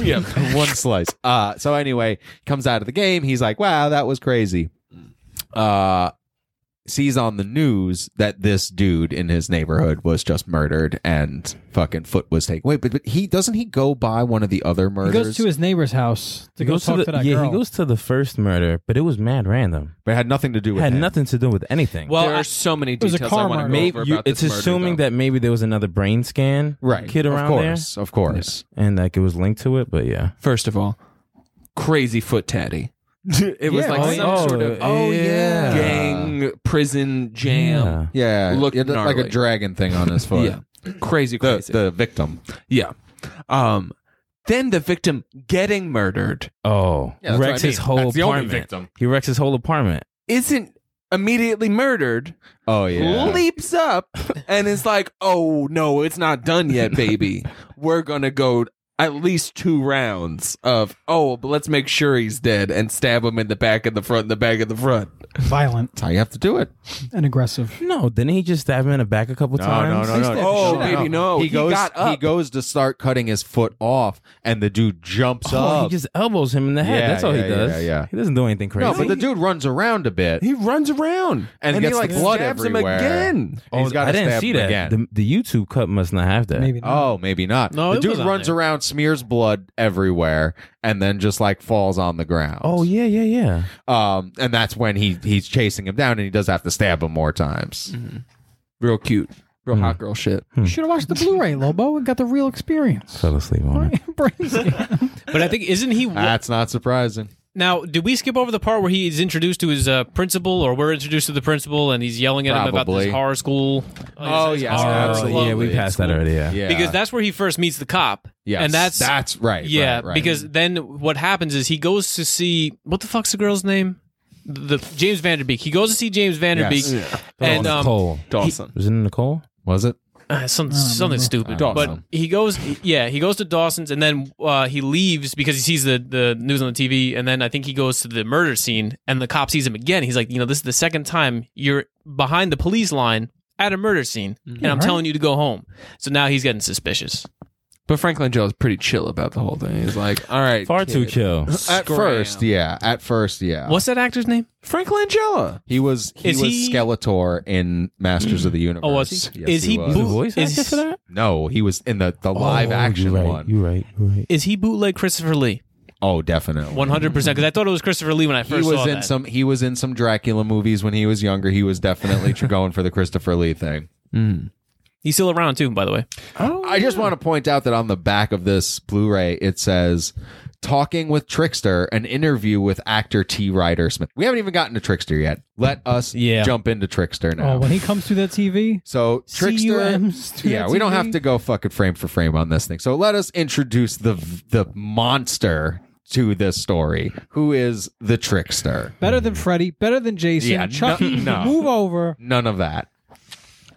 [SPEAKER 4] yeah, one slice. Uh, so anyway, comes out of the game. He's like, "Wow, that was crazy." Uh, sees on the news that this dude in his neighborhood was just murdered and fucking foot was taken. Wait, but, but he doesn't he go by one of the other
[SPEAKER 3] He
[SPEAKER 4] murders?
[SPEAKER 3] goes to his neighbor's house to
[SPEAKER 5] He
[SPEAKER 3] go
[SPEAKER 5] goes
[SPEAKER 3] talk to,
[SPEAKER 5] the,
[SPEAKER 3] that
[SPEAKER 5] yeah,
[SPEAKER 3] girl.
[SPEAKER 5] he goes to the first murder, but it was mad random.
[SPEAKER 4] but it had nothing to do with
[SPEAKER 5] It had
[SPEAKER 4] him.
[SPEAKER 5] nothing to do with anything.
[SPEAKER 1] Well,
[SPEAKER 2] there
[SPEAKER 1] I-
[SPEAKER 2] are so many
[SPEAKER 3] was a
[SPEAKER 2] details
[SPEAKER 3] car
[SPEAKER 2] I want to
[SPEAKER 3] murder.
[SPEAKER 2] go
[SPEAKER 5] Maybe
[SPEAKER 2] over
[SPEAKER 5] you-
[SPEAKER 2] about
[SPEAKER 5] it's
[SPEAKER 2] this
[SPEAKER 5] assuming
[SPEAKER 2] murder,
[SPEAKER 5] that maybe there was another brain scan
[SPEAKER 4] Right.
[SPEAKER 5] kid
[SPEAKER 4] of
[SPEAKER 5] around
[SPEAKER 4] course, Of course.
[SPEAKER 5] there, and like it was linked to it. But yeah,
[SPEAKER 2] that first of all, crazy foot tatty. it was
[SPEAKER 3] Yeah,
[SPEAKER 2] like
[SPEAKER 3] oh,
[SPEAKER 2] some
[SPEAKER 5] yeah.
[SPEAKER 2] sort of
[SPEAKER 5] Oh, yeah.
[SPEAKER 2] gang prison jam.
[SPEAKER 4] Yeah.
[SPEAKER 2] Looked
[SPEAKER 4] it looked like
[SPEAKER 2] gnarly.
[SPEAKER 4] a dragon thing on his foot.
[SPEAKER 2] Yeah, crazy,
[SPEAKER 4] The
[SPEAKER 2] crazy.
[SPEAKER 4] the victim.
[SPEAKER 2] yeah, um, then the victim getting murdered
[SPEAKER 5] Oh,
[SPEAKER 4] Yeah, that's what
[SPEAKER 5] wrecks
[SPEAKER 4] I
[SPEAKER 5] his
[SPEAKER 4] mean.
[SPEAKER 5] whole
[SPEAKER 4] That's the only
[SPEAKER 5] apartment.
[SPEAKER 4] victim.
[SPEAKER 5] He wrecks his whole apartment.
[SPEAKER 2] isn't immediately murdered.
[SPEAKER 4] Oh yeah.
[SPEAKER 2] leaps up and is like, "Oh no, it's not done yet, baby. We're gonna go at least two rounds of oh, but let's make sure he's dead and stab him in the back and the front, and the back and the front."
[SPEAKER 3] Violent
[SPEAKER 4] That's how you have to do it.
[SPEAKER 3] and aggressive.
[SPEAKER 5] No, didn't he just stab him in the back a couple times?
[SPEAKER 3] no, no.
[SPEAKER 2] Oh, baby, no,
[SPEAKER 4] He,
[SPEAKER 2] he
[SPEAKER 4] goes.
[SPEAKER 2] got up.
[SPEAKER 4] He goes to start cutting his foot off, and the dude jumps
[SPEAKER 5] Oh,
[SPEAKER 4] up.
[SPEAKER 5] he just elbows him in the head.
[SPEAKER 4] Yeah,
[SPEAKER 5] That's all
[SPEAKER 4] yeah,
[SPEAKER 5] he
[SPEAKER 4] yeah,
[SPEAKER 5] does.
[SPEAKER 4] yeah.
[SPEAKER 5] He doesn't do anything crazy.
[SPEAKER 4] no, but the dude runs around a bit.
[SPEAKER 2] He runs around
[SPEAKER 4] And
[SPEAKER 2] he
[SPEAKER 4] gets the
[SPEAKER 2] like
[SPEAKER 4] blood
[SPEAKER 2] stabs
[SPEAKER 4] everywhere.
[SPEAKER 2] him again.
[SPEAKER 4] Oh, he's got
[SPEAKER 5] I didn't
[SPEAKER 4] stab
[SPEAKER 5] see
[SPEAKER 4] him
[SPEAKER 5] that.
[SPEAKER 4] Again.
[SPEAKER 5] The, the YouTube cut must not have that.
[SPEAKER 3] Maybe. not.
[SPEAKER 4] Oh, maybe not.
[SPEAKER 1] No,
[SPEAKER 4] the
[SPEAKER 1] it
[SPEAKER 4] dude
[SPEAKER 1] was on
[SPEAKER 4] runs
[SPEAKER 1] there.
[SPEAKER 4] around, smears blood everywhere, and then just like falls on the ground.
[SPEAKER 5] Oh yeah, yeah, yeah.
[SPEAKER 4] um, and that's when he he's chasing him down, and he does have to stab him more times.
[SPEAKER 1] Mm-hmm.
[SPEAKER 2] Real cute, real hot girl shit.
[SPEAKER 3] You should have watched the Blu-ray, Lobo, and got the real experience.
[SPEAKER 5] Fell asleep on it.
[SPEAKER 3] Brazy.
[SPEAKER 1] But I think isn't he
[SPEAKER 4] That's not surprising.
[SPEAKER 1] now? Did we skip over the part where he's introduced to his uh, principal, or we're introduced to the principal, and he's yelling at him about
[SPEAKER 4] Probably.
[SPEAKER 1] this horror school?
[SPEAKER 4] Oh,
[SPEAKER 1] his
[SPEAKER 4] yeah,
[SPEAKER 1] horror
[SPEAKER 4] absolutely.
[SPEAKER 1] club?
[SPEAKER 5] Uh, yeah, we passed that already. Yeah.
[SPEAKER 4] Yeah,
[SPEAKER 1] Because that's where he first meets the cop.
[SPEAKER 4] yes,
[SPEAKER 1] and that's
[SPEAKER 4] that's right.
[SPEAKER 1] yeah.
[SPEAKER 4] right, right.
[SPEAKER 1] Because then what happens is he goes to see what the fuck's the girl's name? The James Vanderbeek. He goes to see James Vanderbeek, and um,
[SPEAKER 5] Nicole
[SPEAKER 2] Dawson.
[SPEAKER 5] was it Nicole?
[SPEAKER 4] was it?
[SPEAKER 1] Uh, some, something stupid.
[SPEAKER 4] Dawson.
[SPEAKER 1] But he goes, yeah, he goes to Dawson's and then uh, he leaves because he sees the, the news on the TV. And then I think he goes to the murder scene and the cop sees him again. He's like, you know, this is the second time you're behind the police line at a murder scene
[SPEAKER 4] Mm-hmm.
[SPEAKER 1] and I'm
[SPEAKER 3] right.
[SPEAKER 1] telling you to go home. So now he's getting suspicious.
[SPEAKER 4] Uh,
[SPEAKER 2] But Franklin Joe is pretty chill about the whole thing. He's like, "All right,
[SPEAKER 5] Far too
[SPEAKER 2] kid."
[SPEAKER 5] chill.
[SPEAKER 4] At first, yeah. At first, yeah.
[SPEAKER 1] What's that actor's name?
[SPEAKER 2] Frank Langella.
[SPEAKER 4] He was he
[SPEAKER 1] Is
[SPEAKER 4] was
[SPEAKER 1] he-
[SPEAKER 4] Skeletor in Masters of the Universe.
[SPEAKER 1] Oh, was he?
[SPEAKER 4] Yes,
[SPEAKER 1] is he, Oh,
[SPEAKER 4] was.
[SPEAKER 1] boot-
[SPEAKER 5] voice
[SPEAKER 1] is,
[SPEAKER 5] actor for that?
[SPEAKER 4] No, he was in the, the live action
[SPEAKER 5] you Oh, right,
[SPEAKER 4] one.
[SPEAKER 5] You right. You right.
[SPEAKER 1] is he bootleg Christopher Lee?
[SPEAKER 4] Oh, definitely.
[SPEAKER 1] 100% because I thought it Mm-hmm. was Christopher Lee when I
[SPEAKER 4] he
[SPEAKER 1] first
[SPEAKER 4] was
[SPEAKER 1] saw
[SPEAKER 4] in
[SPEAKER 1] that.
[SPEAKER 4] some he was in some Dracula movies when he was younger. He was definitely tr- going for the Christopher Lee thing.
[SPEAKER 1] He's still around too, by the way.
[SPEAKER 4] I just want to point out that on the back of this Blu-ray it says Talking with Trickster, an interview with actor T. Ryder Smith. We haven't even gotten to Trickster yet. Let us
[SPEAKER 1] Yeah.
[SPEAKER 4] jump into Trickster now.
[SPEAKER 3] Oh, when he comes through that TV,
[SPEAKER 4] So Trickster,
[SPEAKER 3] CUMs to
[SPEAKER 4] yeah,
[SPEAKER 3] that
[SPEAKER 4] we don't
[SPEAKER 3] TV.
[SPEAKER 4] have to go fucking frame for frame on this thing. So let us introduce the the monster to this story, who is the Trickster.
[SPEAKER 2] Hmm.
[SPEAKER 3] better than Freddy, better than Jason.
[SPEAKER 4] Yeah, no-
[SPEAKER 3] Chucky,
[SPEAKER 4] no.
[SPEAKER 3] move over.
[SPEAKER 4] None of that.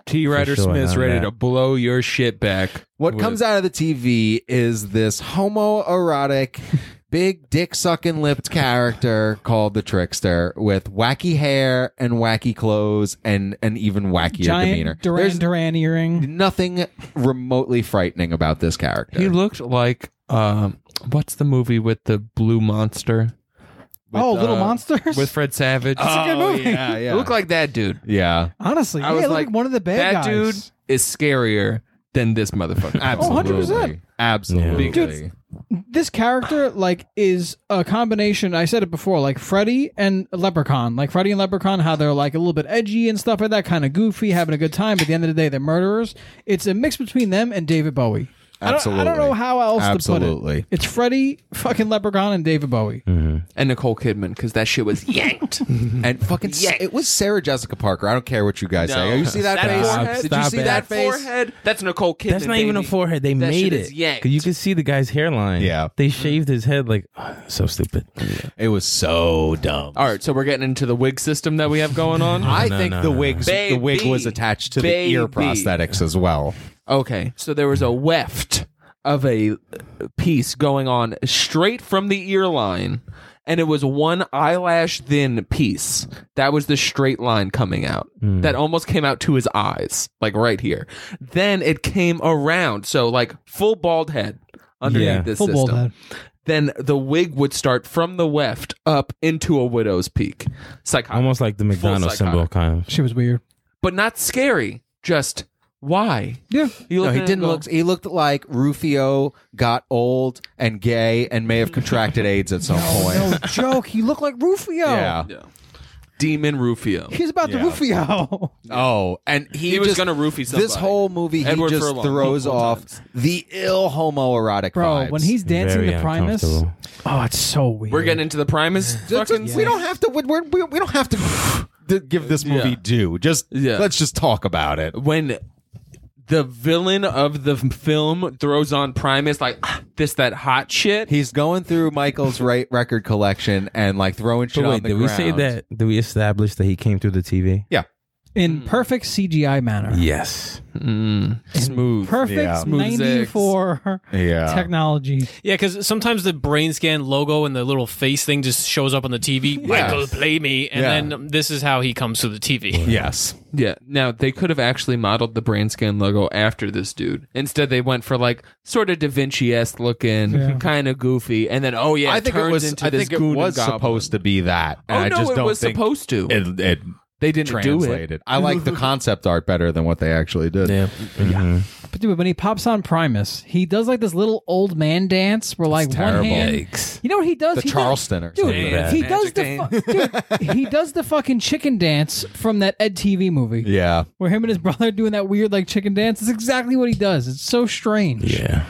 [SPEAKER 2] T. Ryder
[SPEAKER 5] sure,
[SPEAKER 2] Smith's
[SPEAKER 5] no,
[SPEAKER 2] ready
[SPEAKER 5] that-
[SPEAKER 2] to blow your shit back.
[SPEAKER 4] What comes out of the TV is this homoerotic, big dick sucking lipped character called the Trickster with wacky hair and wacky clothes and an even wackier demeanor.
[SPEAKER 3] Giant Duran
[SPEAKER 4] There's
[SPEAKER 3] Duran earring.
[SPEAKER 4] nothing remotely frightening about this character.
[SPEAKER 2] He looked like um, what's the movie with the blue monster
[SPEAKER 3] oh, Little
[SPEAKER 2] uh,
[SPEAKER 3] Monsters.
[SPEAKER 2] with Fred Savage?
[SPEAKER 3] a good movie.
[SPEAKER 4] Oh, Yeah, yeah.
[SPEAKER 2] It looked like that dude.
[SPEAKER 4] yeah.
[SPEAKER 3] Honestly,
[SPEAKER 2] I
[SPEAKER 3] yeah,
[SPEAKER 2] was
[SPEAKER 3] look
[SPEAKER 2] like,
[SPEAKER 3] like, one of the bad
[SPEAKER 2] that dude
[SPEAKER 3] guys.
[SPEAKER 2] is scarier than this motherfucker.
[SPEAKER 5] Oh,
[SPEAKER 4] Absolutely.
[SPEAKER 3] Oh, 100%.
[SPEAKER 4] Absolutely.
[SPEAKER 3] Dude, This character like is a combination. I said it before, like Freddy and Leprechaun, like Freddy and Leprechaun, how they're like a little bit edgy and stuff like that, kind of goofy, having a good time. But at the end of the day, they're murderers. It's a mix between them and David Bowie. I don't, I
[SPEAKER 4] Absolutely.
[SPEAKER 3] don't know how else to put
[SPEAKER 4] Absolutely.
[SPEAKER 3] it. It's Freddy, fucking Leprechaun, and David Bowie.
[SPEAKER 2] and Nicole Kidman because that shit was yanked.
[SPEAKER 4] And fucking, it was Sarah Jessica Parker. I don't care what you guys say. Oh, You see that, face?
[SPEAKER 5] forehead?
[SPEAKER 4] Did you
[SPEAKER 5] Stop
[SPEAKER 4] see
[SPEAKER 5] it.
[SPEAKER 4] that face?
[SPEAKER 2] forehead. That's Nicole Kidman.
[SPEAKER 5] That's not even a
[SPEAKER 2] baby.
[SPEAKER 5] forehead. They
[SPEAKER 2] That shit
[SPEAKER 5] made
[SPEAKER 2] is
[SPEAKER 5] it.
[SPEAKER 2] yanked.
[SPEAKER 5] 'Cause You could see the guy's hairline.
[SPEAKER 4] Yeah.
[SPEAKER 5] They shaved his head like so stupid.
[SPEAKER 4] It was so dumb.
[SPEAKER 2] All right, so we're getting into the wig system that we have going on.
[SPEAKER 4] I
[SPEAKER 5] no,
[SPEAKER 4] think
[SPEAKER 5] no,
[SPEAKER 4] the
[SPEAKER 5] no.
[SPEAKER 4] wigs
[SPEAKER 2] Baby.
[SPEAKER 4] the wig was attached to the ear
[SPEAKER 2] Baby.
[SPEAKER 4] prosthetics as well.
[SPEAKER 2] Okay, so there was a weft of a piece going on straight from the ear line, and it was one eyelash thin piece. That was the straight line coming out.
[SPEAKER 3] Hmm.
[SPEAKER 2] That almost came out to his eyes, like right here. Then it came around, so like full bald head underneath
[SPEAKER 5] Yeah.
[SPEAKER 2] this
[SPEAKER 3] Full
[SPEAKER 2] system.
[SPEAKER 3] bald head.
[SPEAKER 2] Then the wig would start from the weft up into a widow's peak. Psychotic.
[SPEAKER 5] Almost like the McDonald's symbol
[SPEAKER 2] psychotic.
[SPEAKER 5] kind of.
[SPEAKER 3] She was weird.
[SPEAKER 2] but not scary. Just why?
[SPEAKER 3] Yeah.
[SPEAKER 2] You
[SPEAKER 4] No,
[SPEAKER 2] at
[SPEAKER 4] he
[SPEAKER 2] it and
[SPEAKER 4] didn't
[SPEAKER 2] go,
[SPEAKER 4] look. He looked like Rufio got old and gay and may have contracted AIDS at some point.
[SPEAKER 3] No joke. He looked like Rufio.
[SPEAKER 4] Yeah.
[SPEAKER 2] Demon Rufio.
[SPEAKER 3] He's about to
[SPEAKER 4] Yeah.
[SPEAKER 3] Rufio.
[SPEAKER 4] Oh, and he,
[SPEAKER 2] He was
[SPEAKER 4] just-
[SPEAKER 2] gonna roofie somebody.
[SPEAKER 4] This whole movie, he
[SPEAKER 2] Edward
[SPEAKER 4] just
[SPEAKER 2] Furlong,
[SPEAKER 4] throws
[SPEAKER 2] multiple
[SPEAKER 4] off
[SPEAKER 2] times.
[SPEAKER 4] the ill homoerotic
[SPEAKER 3] Bro,
[SPEAKER 4] vibes.
[SPEAKER 3] when he's dancing
[SPEAKER 5] Very
[SPEAKER 3] to Primus,
[SPEAKER 5] uncomfortable.
[SPEAKER 3] oh, it's so weird.
[SPEAKER 2] We're getting into the Primus.
[SPEAKER 4] That's-
[SPEAKER 2] fucking-
[SPEAKER 4] we don't have to. We, we're, we, we don't have to, to give this movie
[SPEAKER 2] Yeah.
[SPEAKER 4] due. Just
[SPEAKER 2] Yeah.
[SPEAKER 4] let's just talk about it.
[SPEAKER 2] When the villain of the f- film throws on Primus like "Ah, this that hot shit.
[SPEAKER 4] He's going through Michael's right record collection and like throwing shit
[SPEAKER 5] But
[SPEAKER 4] on
[SPEAKER 5] wait,
[SPEAKER 4] the
[SPEAKER 5] did we say
[SPEAKER 4] ground.
[SPEAKER 5] that? Did we establish that he came through the TV?
[SPEAKER 4] Yeah.
[SPEAKER 3] in perfect CGI manner.
[SPEAKER 5] Yes.
[SPEAKER 2] smooth.
[SPEAKER 3] Perfect
[SPEAKER 4] Yeah.
[SPEAKER 2] Smooth zigs.
[SPEAKER 3] 94
[SPEAKER 4] Yeah.
[SPEAKER 3] technology.
[SPEAKER 1] Yeah, because sometimes the brain scan logo and the little face thing just shows up on the TV. Michael, play me, and
[SPEAKER 4] Yeah.
[SPEAKER 1] then this is how he comes to the TV.
[SPEAKER 4] Yes.
[SPEAKER 2] Yeah. Now they could have actually modeled the brain scan logo after this dude. Instead, they went for like sort of Da Vinci esque looking, kind of goofy, and then oh yeah,
[SPEAKER 4] I
[SPEAKER 2] it
[SPEAKER 4] think it
[SPEAKER 2] turns
[SPEAKER 4] was.
[SPEAKER 2] into
[SPEAKER 4] I
[SPEAKER 2] this
[SPEAKER 4] think it
[SPEAKER 2] goon and
[SPEAKER 4] was
[SPEAKER 2] goblin.
[SPEAKER 4] supposed to be that,
[SPEAKER 2] Oh
[SPEAKER 4] and I
[SPEAKER 2] no,
[SPEAKER 4] just
[SPEAKER 2] it
[SPEAKER 4] don't
[SPEAKER 2] was
[SPEAKER 4] think
[SPEAKER 2] supposed to.
[SPEAKER 4] it, it
[SPEAKER 2] they didn't do it.
[SPEAKER 4] translated. I like the concept art better than what they actually did.
[SPEAKER 3] But dude, when he pops on Primus, he does like this little old man dance where like one
[SPEAKER 4] terrible.
[SPEAKER 3] hand. You know what he does?
[SPEAKER 4] The
[SPEAKER 3] he does-
[SPEAKER 4] Charleston or
[SPEAKER 3] Dude,
[SPEAKER 4] something.
[SPEAKER 3] he
[SPEAKER 2] Magic
[SPEAKER 3] does the fu- dude, he does the fucking chicken dance from that Ed TV movie
[SPEAKER 4] Yeah.
[SPEAKER 3] where him and his brother are doing that weird like chicken dance. It's exactly what he does. It's so strange.
[SPEAKER 5] Yeah.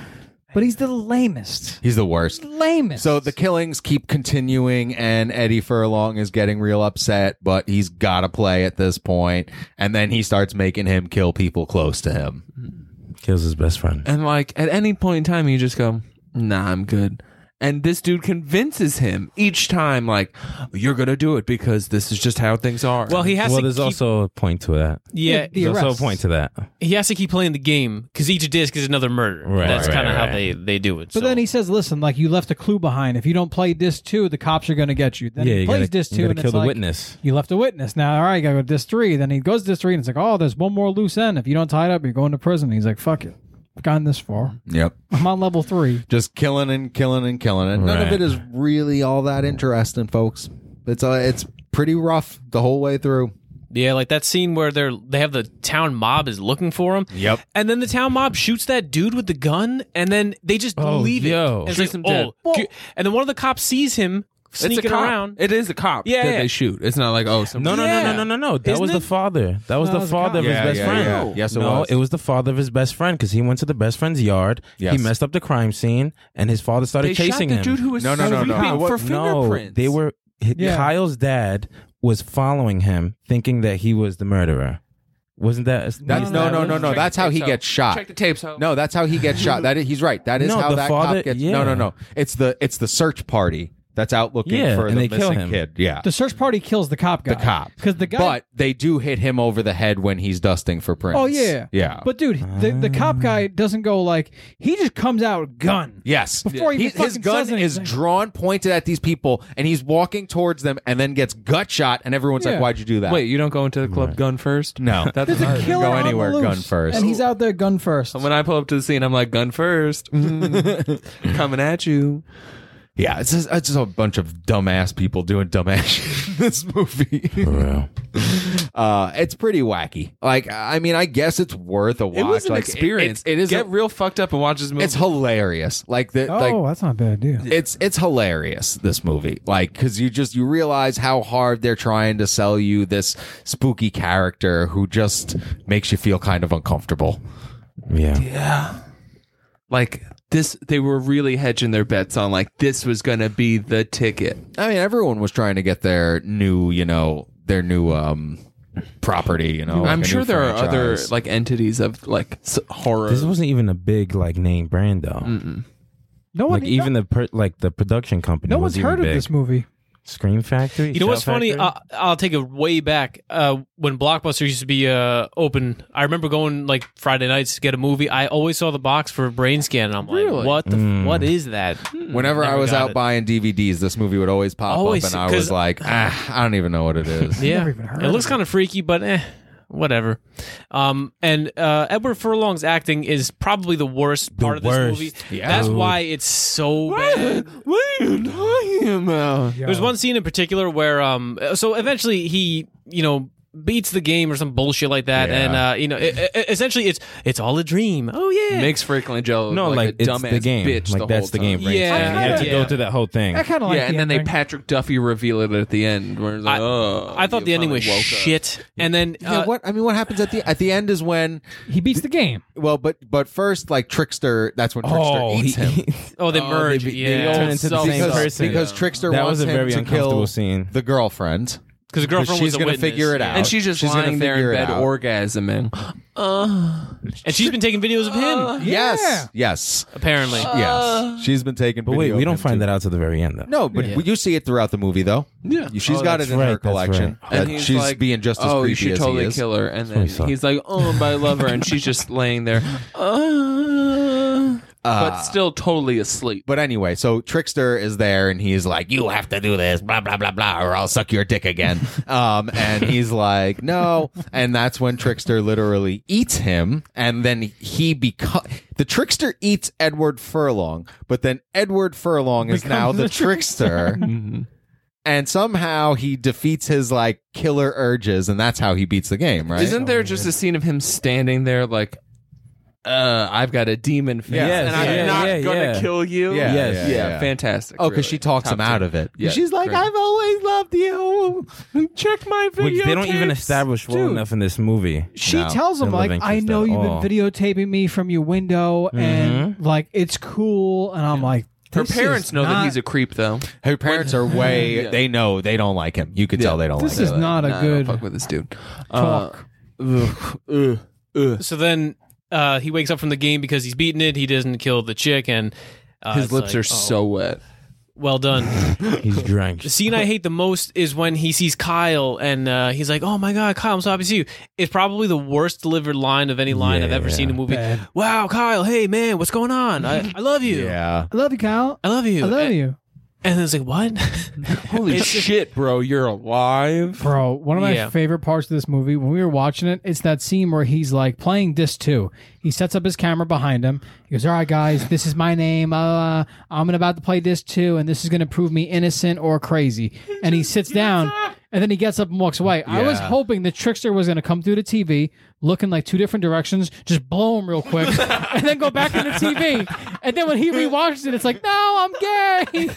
[SPEAKER 3] But he's the lamest.
[SPEAKER 4] He's the worst.
[SPEAKER 3] Lamest.
[SPEAKER 4] So the killings keep continuing, and Eddie Furlong is getting real upset, but he's got to play at this point. And then he starts making him kill people close to him.
[SPEAKER 5] Kills his best friend.
[SPEAKER 2] And like at any point in time, you just go, "Nah, I'm good." And this dude convinces him each time, like, "You're gonna do it because this is just how things are."
[SPEAKER 1] Well, he has
[SPEAKER 5] Well,
[SPEAKER 1] to.
[SPEAKER 5] there's
[SPEAKER 1] keep,
[SPEAKER 5] also a point to that.
[SPEAKER 1] yeah,
[SPEAKER 3] The
[SPEAKER 5] There's also a
[SPEAKER 3] arrests.
[SPEAKER 5] point to that.
[SPEAKER 1] he has to keep playing the game because each disc is another murder.
[SPEAKER 5] Right,
[SPEAKER 1] That's
[SPEAKER 5] right,
[SPEAKER 1] kind of how
[SPEAKER 5] right.
[SPEAKER 1] they they do it.
[SPEAKER 3] But then he says, "Listen, like you left a clue behind. If you don't play disc two, the cops are going to get you." Then
[SPEAKER 5] yeah,
[SPEAKER 3] he
[SPEAKER 5] you
[SPEAKER 3] plays
[SPEAKER 5] gotta,
[SPEAKER 3] disc
[SPEAKER 5] you
[SPEAKER 3] two,
[SPEAKER 5] gotta
[SPEAKER 3] and
[SPEAKER 5] kill
[SPEAKER 3] it's
[SPEAKER 5] the
[SPEAKER 3] like
[SPEAKER 5] witness.
[SPEAKER 3] you left a witness. Now, all right, you gotta go to disc three. Then he goes to disc three, and it's like, "Oh, there's one more loose end. If you don't tie it up, you're going to prison." he's like, "Fuck it, I've gotten this far.
[SPEAKER 4] Yep.
[SPEAKER 3] I'm on level three.
[SPEAKER 4] Just killing and killing and killing. And none of
[SPEAKER 5] Right.
[SPEAKER 4] it is really all that interesting, folks. It's uh, it's pretty rough the whole way through.
[SPEAKER 1] Yeah, like that scene where they're they have the town mob is looking for him.
[SPEAKER 4] Yep.
[SPEAKER 1] And then the town mob shoots that dude with the gun, and then they just leave
[SPEAKER 5] yo.
[SPEAKER 1] it. It's
[SPEAKER 2] Shoots
[SPEAKER 1] like,
[SPEAKER 2] him dead.
[SPEAKER 1] oh, gu- and then one of the cops sees him
[SPEAKER 2] it's a
[SPEAKER 1] sneaking
[SPEAKER 2] cop.
[SPEAKER 1] around.
[SPEAKER 2] It is a cop
[SPEAKER 1] Yeah,
[SPEAKER 2] that
[SPEAKER 1] yeah.
[SPEAKER 2] they shoot. It's not like oh, some
[SPEAKER 5] No, no,
[SPEAKER 1] Yeah.
[SPEAKER 5] no, no, no, no, no. That
[SPEAKER 1] Isn't
[SPEAKER 5] was
[SPEAKER 1] it-
[SPEAKER 5] the father. That was
[SPEAKER 3] No, it
[SPEAKER 5] the
[SPEAKER 3] was a
[SPEAKER 5] father
[SPEAKER 3] cop.
[SPEAKER 5] of his
[SPEAKER 4] Yeah,
[SPEAKER 5] best
[SPEAKER 4] yeah,
[SPEAKER 5] friend.
[SPEAKER 4] yeah. Yes, it
[SPEAKER 5] no,
[SPEAKER 4] was.
[SPEAKER 5] it was the father of his best friend because he went to the best friend's yard.
[SPEAKER 4] Yes.
[SPEAKER 5] He messed up the crime scene, and his father started
[SPEAKER 2] They shot
[SPEAKER 5] chasing
[SPEAKER 2] the
[SPEAKER 5] him.
[SPEAKER 2] dude who was
[SPEAKER 4] No, no, no, no.
[SPEAKER 2] sweeping
[SPEAKER 4] Kyle,
[SPEAKER 2] for
[SPEAKER 4] what-
[SPEAKER 2] fingerprints.
[SPEAKER 5] No, they were hi-
[SPEAKER 3] Yeah.
[SPEAKER 5] Kyle's dad was following him, thinking that he was the murderer. Wasn't that?
[SPEAKER 4] That's
[SPEAKER 5] wasn't
[SPEAKER 4] no,
[SPEAKER 5] that-
[SPEAKER 4] no, no, no.
[SPEAKER 2] Check
[SPEAKER 4] That's
[SPEAKER 2] the
[SPEAKER 4] how he
[SPEAKER 2] tapes
[SPEAKER 4] gets
[SPEAKER 2] out.
[SPEAKER 4] shot.
[SPEAKER 2] Check the tapes out.
[SPEAKER 4] No, that's how he gets shot. That is, he's right. That is
[SPEAKER 5] No,
[SPEAKER 4] how
[SPEAKER 5] the
[SPEAKER 4] that
[SPEAKER 5] father-
[SPEAKER 4] cop gets.
[SPEAKER 5] yeah.
[SPEAKER 4] No, no, no. It's the it's the search party that's out looking
[SPEAKER 5] Yeah,
[SPEAKER 4] for
[SPEAKER 5] and
[SPEAKER 4] the
[SPEAKER 5] they
[SPEAKER 4] missing
[SPEAKER 5] kill him.
[SPEAKER 4] kid. Yeah,
[SPEAKER 3] The search party kills the cop guy.
[SPEAKER 4] the cop.
[SPEAKER 3] Because the guy.
[SPEAKER 4] but they do hit him over the head when he's dusting for prints.
[SPEAKER 3] oh, yeah.
[SPEAKER 4] yeah.
[SPEAKER 3] But, dude, the, the cop guy doesn't go like. He just comes out gun.
[SPEAKER 4] Yes.
[SPEAKER 3] Before he even
[SPEAKER 4] his
[SPEAKER 3] fucking
[SPEAKER 4] gun
[SPEAKER 3] says
[SPEAKER 4] is
[SPEAKER 3] anything.
[SPEAKER 4] drawn, pointed at these people, and he's walking towards them, and then gets gut shot, and everyone's
[SPEAKER 3] Yeah.
[SPEAKER 4] like, "Why'd you do that?"
[SPEAKER 2] Wait, you don't go into the club gun first?
[SPEAKER 4] no, that's
[SPEAKER 3] There's a killer
[SPEAKER 4] go
[SPEAKER 3] on the
[SPEAKER 4] anywhere.
[SPEAKER 3] loose,
[SPEAKER 4] Gun first.
[SPEAKER 3] And he's out there gun first.
[SPEAKER 2] When I pull up to the scene, I'm like, gun first. Mm. Coming at you.
[SPEAKER 4] yeah, it's just, it's just a bunch of dumbass people doing dumbass shit in this movie.
[SPEAKER 5] For real.
[SPEAKER 4] Uh, it's pretty wacky. Like, I mean, I guess it's worth a watch.
[SPEAKER 2] It was an
[SPEAKER 4] like,
[SPEAKER 2] experience.
[SPEAKER 4] it- it is.
[SPEAKER 2] Get
[SPEAKER 4] a-
[SPEAKER 2] real fucked up and watch this movie.
[SPEAKER 4] it's hilarious. Like the like
[SPEAKER 3] Oh, that's not a bad idea.
[SPEAKER 4] it's it's hilarious this movie like because you just you realize how hard they're trying to sell you this spooky character who just makes you feel kind of uncomfortable
[SPEAKER 5] Yeah.
[SPEAKER 2] like this, they were really hedging their bets on like this was gonna be the ticket.
[SPEAKER 4] i mean everyone was trying to get their new you know their new um property you know like
[SPEAKER 2] I'm
[SPEAKER 4] a
[SPEAKER 2] sure
[SPEAKER 4] new
[SPEAKER 2] there are other
[SPEAKER 4] franchise.
[SPEAKER 2] like entities of like s- horror.
[SPEAKER 5] This wasn't even a big like name brand though.
[SPEAKER 3] No one
[SPEAKER 5] Like even the per- like the production company.
[SPEAKER 3] no
[SPEAKER 5] was
[SPEAKER 3] one's heard of this movie.
[SPEAKER 5] Screen Factory.
[SPEAKER 1] You know what's
[SPEAKER 5] Shout
[SPEAKER 1] funny? Uh,
[SPEAKER 5] Factory?
[SPEAKER 1] I, I'll take it way back. Uh, when Blockbuster used to be uh, open, I remember going like Friday nights to get a movie. I always saw the box for brain scan, and I'm like, "What the? f What is that?"
[SPEAKER 3] Hmm.
[SPEAKER 4] whenever i
[SPEAKER 1] Never
[SPEAKER 4] was
[SPEAKER 1] got
[SPEAKER 4] out
[SPEAKER 1] it.
[SPEAKER 4] buying dvds this movie would always pop
[SPEAKER 1] Always,
[SPEAKER 4] up and i
[SPEAKER 1] 'cause-
[SPEAKER 4] was like ah, i don't even know what it is
[SPEAKER 1] Yeah,
[SPEAKER 3] Never even heard
[SPEAKER 1] it
[SPEAKER 3] of
[SPEAKER 1] looks
[SPEAKER 3] it.
[SPEAKER 1] kind of freaky, but eh, whatever. Um, and uh, Edward Furlong's acting is probably the worst part of this
[SPEAKER 5] worst,
[SPEAKER 1] movie.
[SPEAKER 5] yeah.
[SPEAKER 1] That's
[SPEAKER 5] Dude.
[SPEAKER 1] why it's so bad.
[SPEAKER 2] what are you talking about?
[SPEAKER 1] There's one scene in particular where, um, so eventually he, you know, beats the game or some bullshit like that,
[SPEAKER 4] Yeah.
[SPEAKER 1] and uh, you know, it, it- essentially it's it's all a dream. Oh yeah,
[SPEAKER 2] Makes Franklin Jello
[SPEAKER 5] no,
[SPEAKER 2] like,
[SPEAKER 5] like,
[SPEAKER 2] a
[SPEAKER 5] it's
[SPEAKER 2] dumbass
[SPEAKER 5] the game.
[SPEAKER 2] bitch.
[SPEAKER 5] like
[SPEAKER 2] the
[SPEAKER 5] that's
[SPEAKER 2] whole
[SPEAKER 5] the
[SPEAKER 2] time.
[SPEAKER 5] game. Brain
[SPEAKER 1] Yeah.
[SPEAKER 5] Scan. you have to
[SPEAKER 1] Yeah.
[SPEAKER 5] go through that whole thing.
[SPEAKER 3] I kind of like.
[SPEAKER 2] yeah, and
[SPEAKER 3] the
[SPEAKER 2] then they
[SPEAKER 3] ending.
[SPEAKER 2] Patrick Duffy reveal it at the end. Where it's like,
[SPEAKER 1] I-
[SPEAKER 2] oh,
[SPEAKER 1] I thought
[SPEAKER 2] you
[SPEAKER 1] the ending
[SPEAKER 2] finally
[SPEAKER 1] was
[SPEAKER 2] woke up.
[SPEAKER 1] shit, and then uh,
[SPEAKER 4] yeah, what i mean what happens at the at the end is when
[SPEAKER 3] he beats the game.
[SPEAKER 4] well but but first like trickster that's when trickster eats him
[SPEAKER 1] oh they
[SPEAKER 2] Oh, they
[SPEAKER 1] merge,
[SPEAKER 2] be- they all
[SPEAKER 1] yeah,
[SPEAKER 5] turn into the same
[SPEAKER 4] because,
[SPEAKER 5] person.
[SPEAKER 4] because Trickster
[SPEAKER 5] that
[SPEAKER 4] wants
[SPEAKER 5] was a
[SPEAKER 4] him
[SPEAKER 5] very
[SPEAKER 4] to
[SPEAKER 5] uncomfortable
[SPEAKER 4] kill
[SPEAKER 5] scene.
[SPEAKER 4] the girlfriend.
[SPEAKER 1] because the girlfriend
[SPEAKER 4] she's
[SPEAKER 1] was a
[SPEAKER 4] gonna
[SPEAKER 1] witness.
[SPEAKER 4] figure it out.
[SPEAKER 2] And she's just
[SPEAKER 4] She's gonna
[SPEAKER 2] lying there
[SPEAKER 4] figure
[SPEAKER 2] in
[SPEAKER 4] it
[SPEAKER 2] bed,
[SPEAKER 4] out.
[SPEAKER 2] orgasming.
[SPEAKER 1] and she's been taking videos of him
[SPEAKER 2] Uh,
[SPEAKER 4] Yes, yes,
[SPEAKER 1] apparently.
[SPEAKER 4] yes. She's been taken.
[SPEAKER 5] Uh. But wait, we don't find that out till the very end though.
[SPEAKER 4] No, but you see it throughout the movie, though.
[SPEAKER 2] Yeah.
[SPEAKER 4] You- she's
[SPEAKER 5] Oh,
[SPEAKER 4] got it
[SPEAKER 5] that's
[SPEAKER 4] in her
[SPEAKER 5] right, that's
[SPEAKER 4] collection.
[SPEAKER 5] right.
[SPEAKER 4] that
[SPEAKER 2] And he's
[SPEAKER 4] she's
[SPEAKER 2] like,
[SPEAKER 4] being just as
[SPEAKER 2] oh,
[SPEAKER 4] creepy
[SPEAKER 2] you should
[SPEAKER 4] as
[SPEAKER 2] totally
[SPEAKER 4] he is.
[SPEAKER 2] kill her. And
[SPEAKER 5] what
[SPEAKER 2] then
[SPEAKER 5] he said.
[SPEAKER 2] he's like, oh, but I love her. And she's just laying there, uh, but still totally asleep.
[SPEAKER 4] But anyway, so Trickster is there and he's like, You have to do this, blah, blah, blah, blah, or I'll suck your dick again. um, and he's like, No. And that's when Trickster literally eats him. And then he becomes the Trickster eats Edward Furlong, but then Edward Furlong is now the Trickster.
[SPEAKER 2] Mm-hmm.
[SPEAKER 4] And somehow he defeats his like killer urges, and that's how he beats the game, right?
[SPEAKER 2] Isn't there just a scene of him standing there like, uh, I've got a demon face,
[SPEAKER 5] Yes,
[SPEAKER 2] and I'm
[SPEAKER 5] yeah,
[SPEAKER 2] not
[SPEAKER 5] yeah,
[SPEAKER 2] gonna
[SPEAKER 5] yeah.
[SPEAKER 2] kill you?
[SPEAKER 4] Yeah,
[SPEAKER 5] Yes.
[SPEAKER 4] yeah,
[SPEAKER 2] yeah,
[SPEAKER 4] yeah.
[SPEAKER 2] fantastic.
[SPEAKER 4] Oh, because she talks him out of it.
[SPEAKER 2] Yeah,
[SPEAKER 4] She's like,
[SPEAKER 2] great.
[SPEAKER 4] "I've always loved you."
[SPEAKER 2] Check my
[SPEAKER 5] Which
[SPEAKER 2] video.
[SPEAKER 5] they don't even establish well
[SPEAKER 3] Dude.
[SPEAKER 5] enough in this movie.
[SPEAKER 3] She
[SPEAKER 4] No,
[SPEAKER 3] tells him
[SPEAKER 5] no
[SPEAKER 3] like,
[SPEAKER 5] love
[SPEAKER 3] "I
[SPEAKER 5] interest
[SPEAKER 3] know
[SPEAKER 5] at
[SPEAKER 3] you've
[SPEAKER 5] all.
[SPEAKER 3] been videotaping me from your window, and like it's cool." And I'm like,
[SPEAKER 2] Mm-hmm. Her
[SPEAKER 3] this
[SPEAKER 2] parents
[SPEAKER 3] is
[SPEAKER 2] know that
[SPEAKER 3] not-
[SPEAKER 2] he's a creep, though.
[SPEAKER 4] Her parents are way. They know they don't like him. You could tell they don't
[SPEAKER 3] This
[SPEAKER 4] like
[SPEAKER 3] is
[SPEAKER 4] him.
[SPEAKER 3] not a
[SPEAKER 2] Nah, I don't
[SPEAKER 3] good
[SPEAKER 2] fuck with this dude.
[SPEAKER 3] talk.
[SPEAKER 2] Uh, uh,
[SPEAKER 1] So then uh, he wakes up from the game because he's beaten it. He doesn't kill the chick, and uh,
[SPEAKER 2] his
[SPEAKER 1] it's
[SPEAKER 2] lips
[SPEAKER 1] like,
[SPEAKER 2] are
[SPEAKER 1] oh,
[SPEAKER 2] so wet.
[SPEAKER 1] well done.
[SPEAKER 5] He's
[SPEAKER 1] the
[SPEAKER 5] drenched.
[SPEAKER 1] scene I hate the most is when he sees Kyle and uh, he's like, "Oh my god, Kyle, I'm so happy to see you." It's probably the worst delivered line of any line I've ever
[SPEAKER 5] Yeah.
[SPEAKER 1] seen in a movie.
[SPEAKER 3] Bad.
[SPEAKER 1] Wow, Kyle, hey man, what's going on? I, I love you.
[SPEAKER 4] Yeah.
[SPEAKER 3] I love you, Kyle.
[SPEAKER 1] I love you.
[SPEAKER 3] I love
[SPEAKER 1] and,
[SPEAKER 3] you,
[SPEAKER 1] And it's like, what?
[SPEAKER 2] Holy shit, bro! You're alive.
[SPEAKER 3] bro. One of my
[SPEAKER 1] Yeah.
[SPEAKER 3] favorite parts of this movie when we were watching it, it's that scene where he's like playing disc two. He sets up his camera behind him. He goes, "All right, guys, this is my name. Uh, I'm about to play disc two, and this is going to prove me innocent or crazy." And he sits down, and then he gets up and walks away. I was hoping the trickster was going to come through the TV, looking like two different directions, just blow him real quick, and then go back in the TV. And then when he rewatches it, it's like, "No, I'm gay."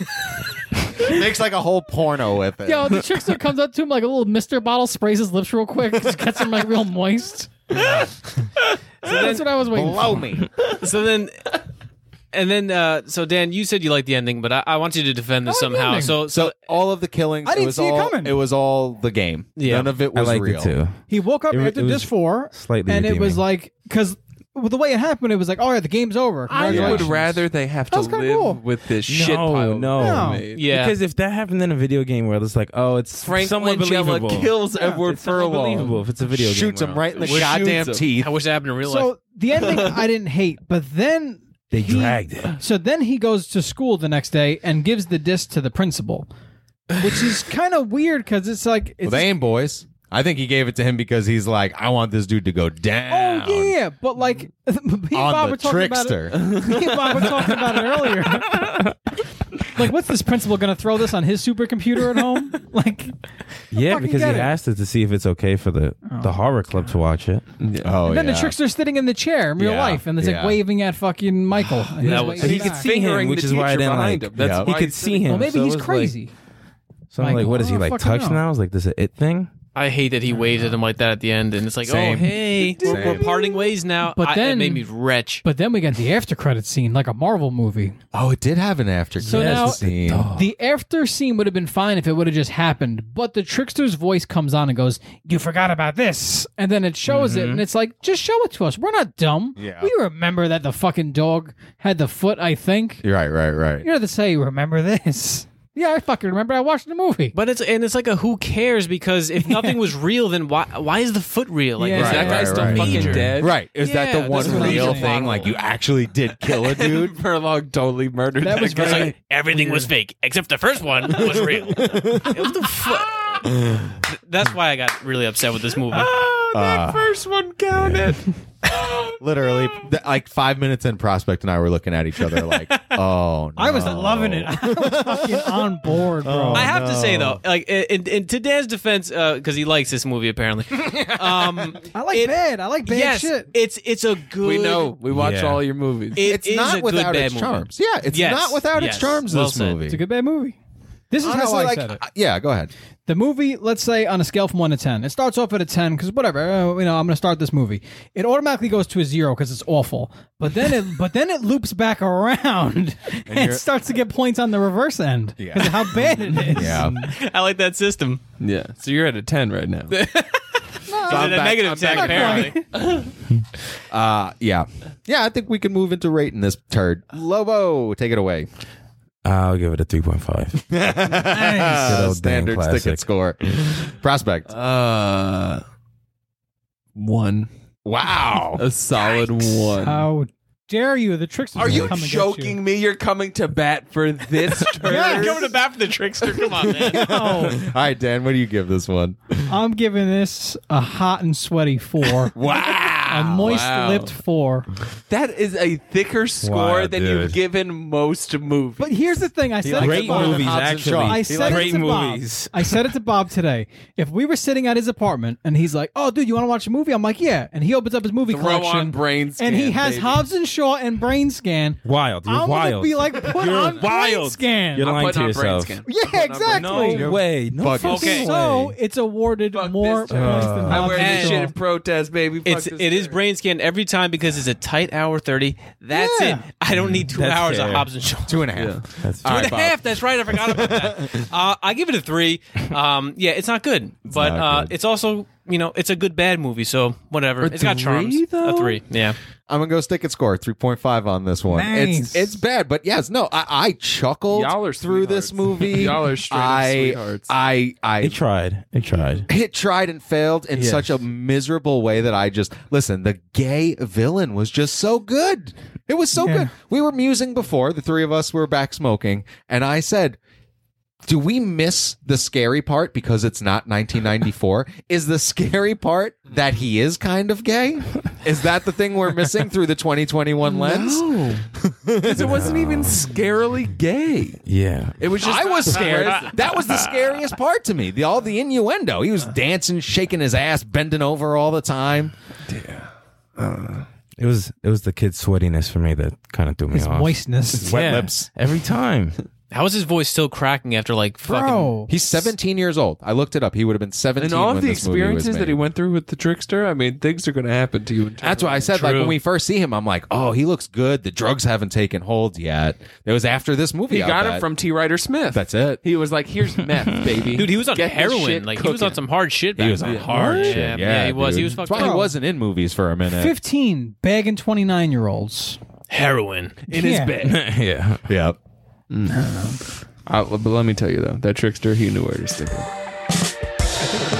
[SPEAKER 4] Makes like a whole porno with it.
[SPEAKER 3] Yo, the trickster comes up to him like a little Mister Bottle, sprays his lips real quick, just gets him like real moist. That's what I was waiting
[SPEAKER 4] Blow
[SPEAKER 3] for.
[SPEAKER 4] me.
[SPEAKER 1] so then and then uh so dan you said you liked the ending but i, I want you to defend this
[SPEAKER 3] I like the
[SPEAKER 1] somehow
[SPEAKER 3] ending.
[SPEAKER 1] so
[SPEAKER 4] So all of the killings.
[SPEAKER 3] I didn't
[SPEAKER 4] it was
[SPEAKER 3] see it
[SPEAKER 4] all,
[SPEAKER 3] coming.
[SPEAKER 4] It was all the game.
[SPEAKER 1] Yeah.
[SPEAKER 4] None of it
[SPEAKER 5] I
[SPEAKER 4] was
[SPEAKER 5] liked
[SPEAKER 4] real.
[SPEAKER 5] it too.
[SPEAKER 3] He woke up
[SPEAKER 5] It wa-
[SPEAKER 3] after
[SPEAKER 5] it was
[SPEAKER 3] this four,
[SPEAKER 5] slightly
[SPEAKER 3] and it was
[SPEAKER 5] redeeming.
[SPEAKER 3] like because well, the way Oh, it happened, it was like, all right, the game's over.
[SPEAKER 2] I would
[SPEAKER 3] Congratulations.
[SPEAKER 2] rather they have to
[SPEAKER 3] That's kinda
[SPEAKER 2] live
[SPEAKER 3] cool.
[SPEAKER 2] with this shit
[SPEAKER 5] No,
[SPEAKER 2] pile.
[SPEAKER 5] no.
[SPEAKER 2] they made.
[SPEAKER 1] Yeah.
[SPEAKER 5] Because if that happened in a video game world, it's like, oh, it's
[SPEAKER 2] Frank
[SPEAKER 5] somewhat
[SPEAKER 2] Langella
[SPEAKER 5] believable.
[SPEAKER 2] kills Edward
[SPEAKER 5] It's somewhat
[SPEAKER 2] Furlong.
[SPEAKER 5] believable if it's a video game.
[SPEAKER 4] shoots him
[SPEAKER 5] world.
[SPEAKER 4] right in the
[SPEAKER 2] Shoots
[SPEAKER 4] goddamn
[SPEAKER 2] him.
[SPEAKER 4] teeth.
[SPEAKER 1] I wish that happened in real life.
[SPEAKER 3] So the ending I didn't hate, but then
[SPEAKER 5] They
[SPEAKER 3] he-
[SPEAKER 5] dragged it.
[SPEAKER 3] So then he goes to school the next day and gives the disc to the principal, which is kind of weird because it's like
[SPEAKER 4] Well,
[SPEAKER 3] it's
[SPEAKER 4] they ain't boys. I think he gave it to him because he's like, I want this dude to go down.
[SPEAKER 3] Oh yeah, but like me and Bob
[SPEAKER 4] On
[SPEAKER 3] were
[SPEAKER 4] the
[SPEAKER 3] talking
[SPEAKER 4] trickster.
[SPEAKER 3] about it. Me and Bob were talking about it earlier. like, what's this principal going to throw this on his supercomputer at home? Like,
[SPEAKER 5] Yeah,
[SPEAKER 3] fucking
[SPEAKER 5] because he
[SPEAKER 3] get it.
[SPEAKER 5] asked it to see if it's okay for the, the
[SPEAKER 3] Oh.
[SPEAKER 5] horror club to watch it.
[SPEAKER 4] Oh,
[SPEAKER 3] then the
[SPEAKER 4] yeah.
[SPEAKER 3] trickster's sitting in the chair in real
[SPEAKER 4] Yeah,
[SPEAKER 3] life, and it's like
[SPEAKER 4] yeah.
[SPEAKER 3] waving at fucking Michael. And he's
[SPEAKER 1] That was-
[SPEAKER 3] waving
[SPEAKER 5] he could
[SPEAKER 3] back.
[SPEAKER 5] see him,
[SPEAKER 2] Fingering
[SPEAKER 5] which
[SPEAKER 2] the
[SPEAKER 5] is why I
[SPEAKER 2] teacher
[SPEAKER 5] didn't
[SPEAKER 2] behind
[SPEAKER 5] like-
[SPEAKER 2] him. That's
[SPEAKER 4] Yeah.
[SPEAKER 2] why
[SPEAKER 5] He could
[SPEAKER 2] he's
[SPEAKER 5] see
[SPEAKER 2] doing
[SPEAKER 5] him.
[SPEAKER 3] Well, maybe
[SPEAKER 5] so it
[SPEAKER 3] he's
[SPEAKER 5] was like-
[SPEAKER 3] crazy.
[SPEAKER 5] so I'm like,
[SPEAKER 3] Michael,
[SPEAKER 5] what is
[SPEAKER 3] I
[SPEAKER 5] he
[SPEAKER 3] don't
[SPEAKER 5] like?
[SPEAKER 3] fucking
[SPEAKER 5] Touch
[SPEAKER 3] know.
[SPEAKER 5] now? Is like this an it thing?
[SPEAKER 1] I hate that he waves at him like that at the end, and it's like,
[SPEAKER 4] Same.
[SPEAKER 1] oh hey, we're,
[SPEAKER 4] Same.
[SPEAKER 1] we're parting ways now.
[SPEAKER 3] But
[SPEAKER 1] I-
[SPEAKER 3] then-
[SPEAKER 1] it made me wretch.
[SPEAKER 3] but then we got the after credit scene, like a Marvel movie.
[SPEAKER 4] Oh, it did have an after
[SPEAKER 3] So
[SPEAKER 4] credits
[SPEAKER 3] now-
[SPEAKER 4] scene.
[SPEAKER 3] The after scene would have been fine if it would have just happened, but the trickster's voice comes on and goes, "You forgot about this," and then it shows it, and it's like, "Just show it to us. We're not dumb.
[SPEAKER 4] Mm-hmm. Yeah.
[SPEAKER 3] We remember that the fucking dog had the foot. I think
[SPEAKER 4] You're right, right, right.
[SPEAKER 3] you know to say, remember this? Yeah, I fucking remember. I watched the movie.
[SPEAKER 1] But it's and it's like a who cares because if nothing was real, then why why is the foot real? Like
[SPEAKER 3] Yeah.
[SPEAKER 1] is
[SPEAKER 4] Right,
[SPEAKER 1] that guy
[SPEAKER 4] right,
[SPEAKER 1] still
[SPEAKER 4] right.
[SPEAKER 1] fucking
[SPEAKER 2] Major.
[SPEAKER 1] dead?
[SPEAKER 4] Right. Is that
[SPEAKER 1] Yeah,
[SPEAKER 4] the one
[SPEAKER 1] that's
[SPEAKER 3] what I'm
[SPEAKER 4] real
[SPEAKER 3] saying.
[SPEAKER 4] thing? Like, you actually did kill a dude?
[SPEAKER 2] Dude, Furlong totally murdered
[SPEAKER 3] That
[SPEAKER 2] that,
[SPEAKER 3] was
[SPEAKER 2] guy.
[SPEAKER 1] It's
[SPEAKER 3] very-
[SPEAKER 1] like everything was fake except the first one was real. it was the foot. Th- That's why I got really upset with
[SPEAKER 4] Ah,
[SPEAKER 1] this movie.
[SPEAKER 4] that
[SPEAKER 2] first one counted.
[SPEAKER 4] Literally, th- like five minutes in, Prospect and I were looking at each other like, oh, Oh. no.
[SPEAKER 3] I was loving it. I was fucking on board, bro.
[SPEAKER 1] I have to say though, like in, in to Dan's defense, because he likes this movie apparently. Um,
[SPEAKER 3] I like
[SPEAKER 1] it-
[SPEAKER 3] bad. I like bad
[SPEAKER 1] yes,
[SPEAKER 3] shit.
[SPEAKER 1] it's it's a good.
[SPEAKER 2] We know. We watch
[SPEAKER 5] Yeah.
[SPEAKER 2] all your movies.
[SPEAKER 1] it
[SPEAKER 4] It's
[SPEAKER 1] is a
[SPEAKER 4] not
[SPEAKER 1] good
[SPEAKER 4] without
[SPEAKER 1] bad
[SPEAKER 4] its
[SPEAKER 1] movie.
[SPEAKER 4] charms. Yeah, it's
[SPEAKER 1] Yes,
[SPEAKER 4] not without its
[SPEAKER 1] yes.
[SPEAKER 4] charms,
[SPEAKER 1] Well
[SPEAKER 4] this
[SPEAKER 1] said.
[SPEAKER 4] movie.
[SPEAKER 3] it's a good bad movie. This is how
[SPEAKER 4] Honestly,
[SPEAKER 3] I
[SPEAKER 4] like,
[SPEAKER 3] said it.
[SPEAKER 4] uh, yeah, go ahead.
[SPEAKER 3] The movie, let's say on a scale from one to ten, it starts off at a ten because whatever, uh, you know, I'm gonna start this movie. It automatically goes to a zero because it's awful. But then it, but then it loops back around and,
[SPEAKER 4] you're-
[SPEAKER 3] starts to get points on the reverse end because of how bad it is.
[SPEAKER 4] Yeah.
[SPEAKER 1] I like that system.
[SPEAKER 2] yeah. So you're at a ten right now.
[SPEAKER 1] Is it a
[SPEAKER 4] back-
[SPEAKER 1] negative
[SPEAKER 4] Ah. I'm
[SPEAKER 1] tag
[SPEAKER 4] back.
[SPEAKER 1] apparently.
[SPEAKER 4] Uh, yeah. Yeah, I think we can move into rating this turd. Lobo, take it away.
[SPEAKER 5] I'll give it a 3.5. Good
[SPEAKER 4] Uh,
[SPEAKER 5] old Dan
[SPEAKER 4] standard ticket
[SPEAKER 5] classic.
[SPEAKER 4] score. Prospect.
[SPEAKER 2] uh, one.
[SPEAKER 4] wow.
[SPEAKER 2] A solid one.
[SPEAKER 3] How dare you? The tricks
[SPEAKER 2] Are you joking me? You're coming to bat for this turd?
[SPEAKER 1] Yeah, coming to bat for the trickster. Come on, man.
[SPEAKER 4] All right, Dan, what do you give this one?
[SPEAKER 3] I'm giving this a hot and sweaty four.
[SPEAKER 4] Wow.
[SPEAKER 3] A
[SPEAKER 2] wow.
[SPEAKER 3] moist-lipped four,
[SPEAKER 2] That is a thicker score
[SPEAKER 5] Wow,
[SPEAKER 2] than
[SPEAKER 5] dude.
[SPEAKER 2] you've given most movies.
[SPEAKER 3] but here's the thing: I said it to
[SPEAKER 5] Great
[SPEAKER 3] Bob.
[SPEAKER 5] movies,
[SPEAKER 4] Hobbs and
[SPEAKER 5] actually.
[SPEAKER 4] Shaw.
[SPEAKER 3] I
[SPEAKER 4] He
[SPEAKER 3] said
[SPEAKER 5] Great
[SPEAKER 3] it to
[SPEAKER 5] movies.
[SPEAKER 3] Bob. I said it to Bob today. If we were sitting at his apartment and he's like, "Oh, dude, you want to watch a movie?" I'm like, "Yeah." And he opens up his movie
[SPEAKER 2] Throw
[SPEAKER 3] collection,
[SPEAKER 2] on brain scan,
[SPEAKER 3] and he has
[SPEAKER 2] baby.
[SPEAKER 3] Hobbs and Shaw and Brain Scan.
[SPEAKER 5] Wild. You're
[SPEAKER 3] I'm
[SPEAKER 5] wild.
[SPEAKER 3] gonna be like, "Put
[SPEAKER 5] You're
[SPEAKER 3] on Brain
[SPEAKER 5] wild.
[SPEAKER 3] Scan."
[SPEAKER 5] You're
[SPEAKER 2] I'm
[SPEAKER 5] lying
[SPEAKER 2] putting
[SPEAKER 5] to
[SPEAKER 2] on brain
[SPEAKER 5] yourself.
[SPEAKER 2] scan.
[SPEAKER 3] yeah, exactly.
[SPEAKER 5] No way. No
[SPEAKER 4] Fuck it.
[SPEAKER 5] fucking
[SPEAKER 1] Okay.
[SPEAKER 3] So
[SPEAKER 5] way.
[SPEAKER 3] it's awarded
[SPEAKER 2] Fuck
[SPEAKER 3] more
[SPEAKER 2] this
[SPEAKER 3] points
[SPEAKER 2] shit.
[SPEAKER 3] than
[SPEAKER 5] Uh,
[SPEAKER 2] I
[SPEAKER 3] Hobbs
[SPEAKER 2] wear
[SPEAKER 3] and
[SPEAKER 2] this shit
[SPEAKER 3] Shaw.
[SPEAKER 2] in protest, baby. Fuck
[SPEAKER 1] It's
[SPEAKER 2] this
[SPEAKER 1] it is
[SPEAKER 2] turd.
[SPEAKER 1] brain scan every time because it's a tight hour thirty. That's
[SPEAKER 3] Yeah.
[SPEAKER 1] it. I don't need two
[SPEAKER 5] That's
[SPEAKER 1] hours of
[SPEAKER 5] fair.
[SPEAKER 1] Hobbs and Shaw. Two
[SPEAKER 4] Two and a half.
[SPEAKER 5] That's
[SPEAKER 4] All
[SPEAKER 1] and
[SPEAKER 4] right,
[SPEAKER 1] a half.
[SPEAKER 4] Bob.
[SPEAKER 1] That's right. I forgot about that. Uh, I give it a three. Um, yeah, it's not good, but
[SPEAKER 4] not
[SPEAKER 1] uh,
[SPEAKER 4] good.
[SPEAKER 1] it's also you know it's a good bad movie. So whatever. It's got
[SPEAKER 2] three,
[SPEAKER 1] charms.
[SPEAKER 2] though?
[SPEAKER 1] A three. Yeah.
[SPEAKER 4] I'm gonna go stick and score 3.5 on this one.
[SPEAKER 3] Nice.
[SPEAKER 4] It's it's bad, but yes, no, I, I chuckled
[SPEAKER 2] Y'all are
[SPEAKER 4] through this
[SPEAKER 2] sweethearts.
[SPEAKER 4] movie.
[SPEAKER 2] Y'all are straight up
[SPEAKER 4] I,
[SPEAKER 2] sweethearts.
[SPEAKER 4] I I
[SPEAKER 5] It tried. It tried.
[SPEAKER 4] it tried and failed in such a miserable way that I just listen. The gay villain was just so good. It was so
[SPEAKER 3] Yeah.
[SPEAKER 4] good. We were musing before the three of us were back smoking, and I said, "Do we miss the scary part because it's not 1994? is the scary part that he is kind of gay? Is that the thing we're missing through the 2021 lens?"
[SPEAKER 2] No. 'Cause it wasn't even scarily gay.
[SPEAKER 5] Yeah.
[SPEAKER 2] It was just
[SPEAKER 4] I was
[SPEAKER 2] not
[SPEAKER 4] scared.
[SPEAKER 2] racist.
[SPEAKER 4] that was the scariest part to me. The all the innuendo. He was dancing, shaking his ass, bending over all the time.
[SPEAKER 5] It was it was the kid's sweatiness for me that kind of threw me
[SPEAKER 3] His
[SPEAKER 5] off.
[SPEAKER 3] moistness.
[SPEAKER 5] Wet lips. Every time.
[SPEAKER 1] How is his voice still cracking after like fucking?
[SPEAKER 3] Bro,
[SPEAKER 4] He's 17 years old. I looked it up. He would have been 17.
[SPEAKER 2] And all
[SPEAKER 4] when
[SPEAKER 2] of the
[SPEAKER 4] this movie was
[SPEAKER 2] experiences that he
[SPEAKER 4] made.
[SPEAKER 2] went through with the trickster, I mean, things are going to happen to you. In
[SPEAKER 4] That's why I said, like,
[SPEAKER 1] True.
[SPEAKER 4] when we first see him, I'm like, oh, he looks good. The drugs haven't taken hold yet. It was after this movie.
[SPEAKER 2] he
[SPEAKER 4] I'll
[SPEAKER 2] got it
[SPEAKER 4] bet.
[SPEAKER 2] from T. Ryder Smith.
[SPEAKER 4] That's it.
[SPEAKER 2] He was like, "Here's meth, baby."
[SPEAKER 1] Dude, he was on
[SPEAKER 2] Get this
[SPEAKER 1] heroin.
[SPEAKER 2] shit
[SPEAKER 1] Like he was
[SPEAKER 2] cooking.
[SPEAKER 1] on some hard shit. Back
[SPEAKER 4] He was
[SPEAKER 1] then.
[SPEAKER 4] on hard
[SPEAKER 1] yeah,
[SPEAKER 4] shit.
[SPEAKER 1] Yeah,
[SPEAKER 4] Yeah,
[SPEAKER 1] he was.
[SPEAKER 4] dude.
[SPEAKER 1] He was
[SPEAKER 4] That's
[SPEAKER 1] fucked
[SPEAKER 4] why he
[SPEAKER 1] up.
[SPEAKER 4] wasn't in movies for a minute.
[SPEAKER 3] 15 bagging 29 year olds.
[SPEAKER 1] Heroin.
[SPEAKER 2] in his
[SPEAKER 3] Yeah.
[SPEAKER 2] bed.
[SPEAKER 5] yeah.
[SPEAKER 4] Yep.
[SPEAKER 2] I, but let me tell you though, that trickster, he knew where to stick it.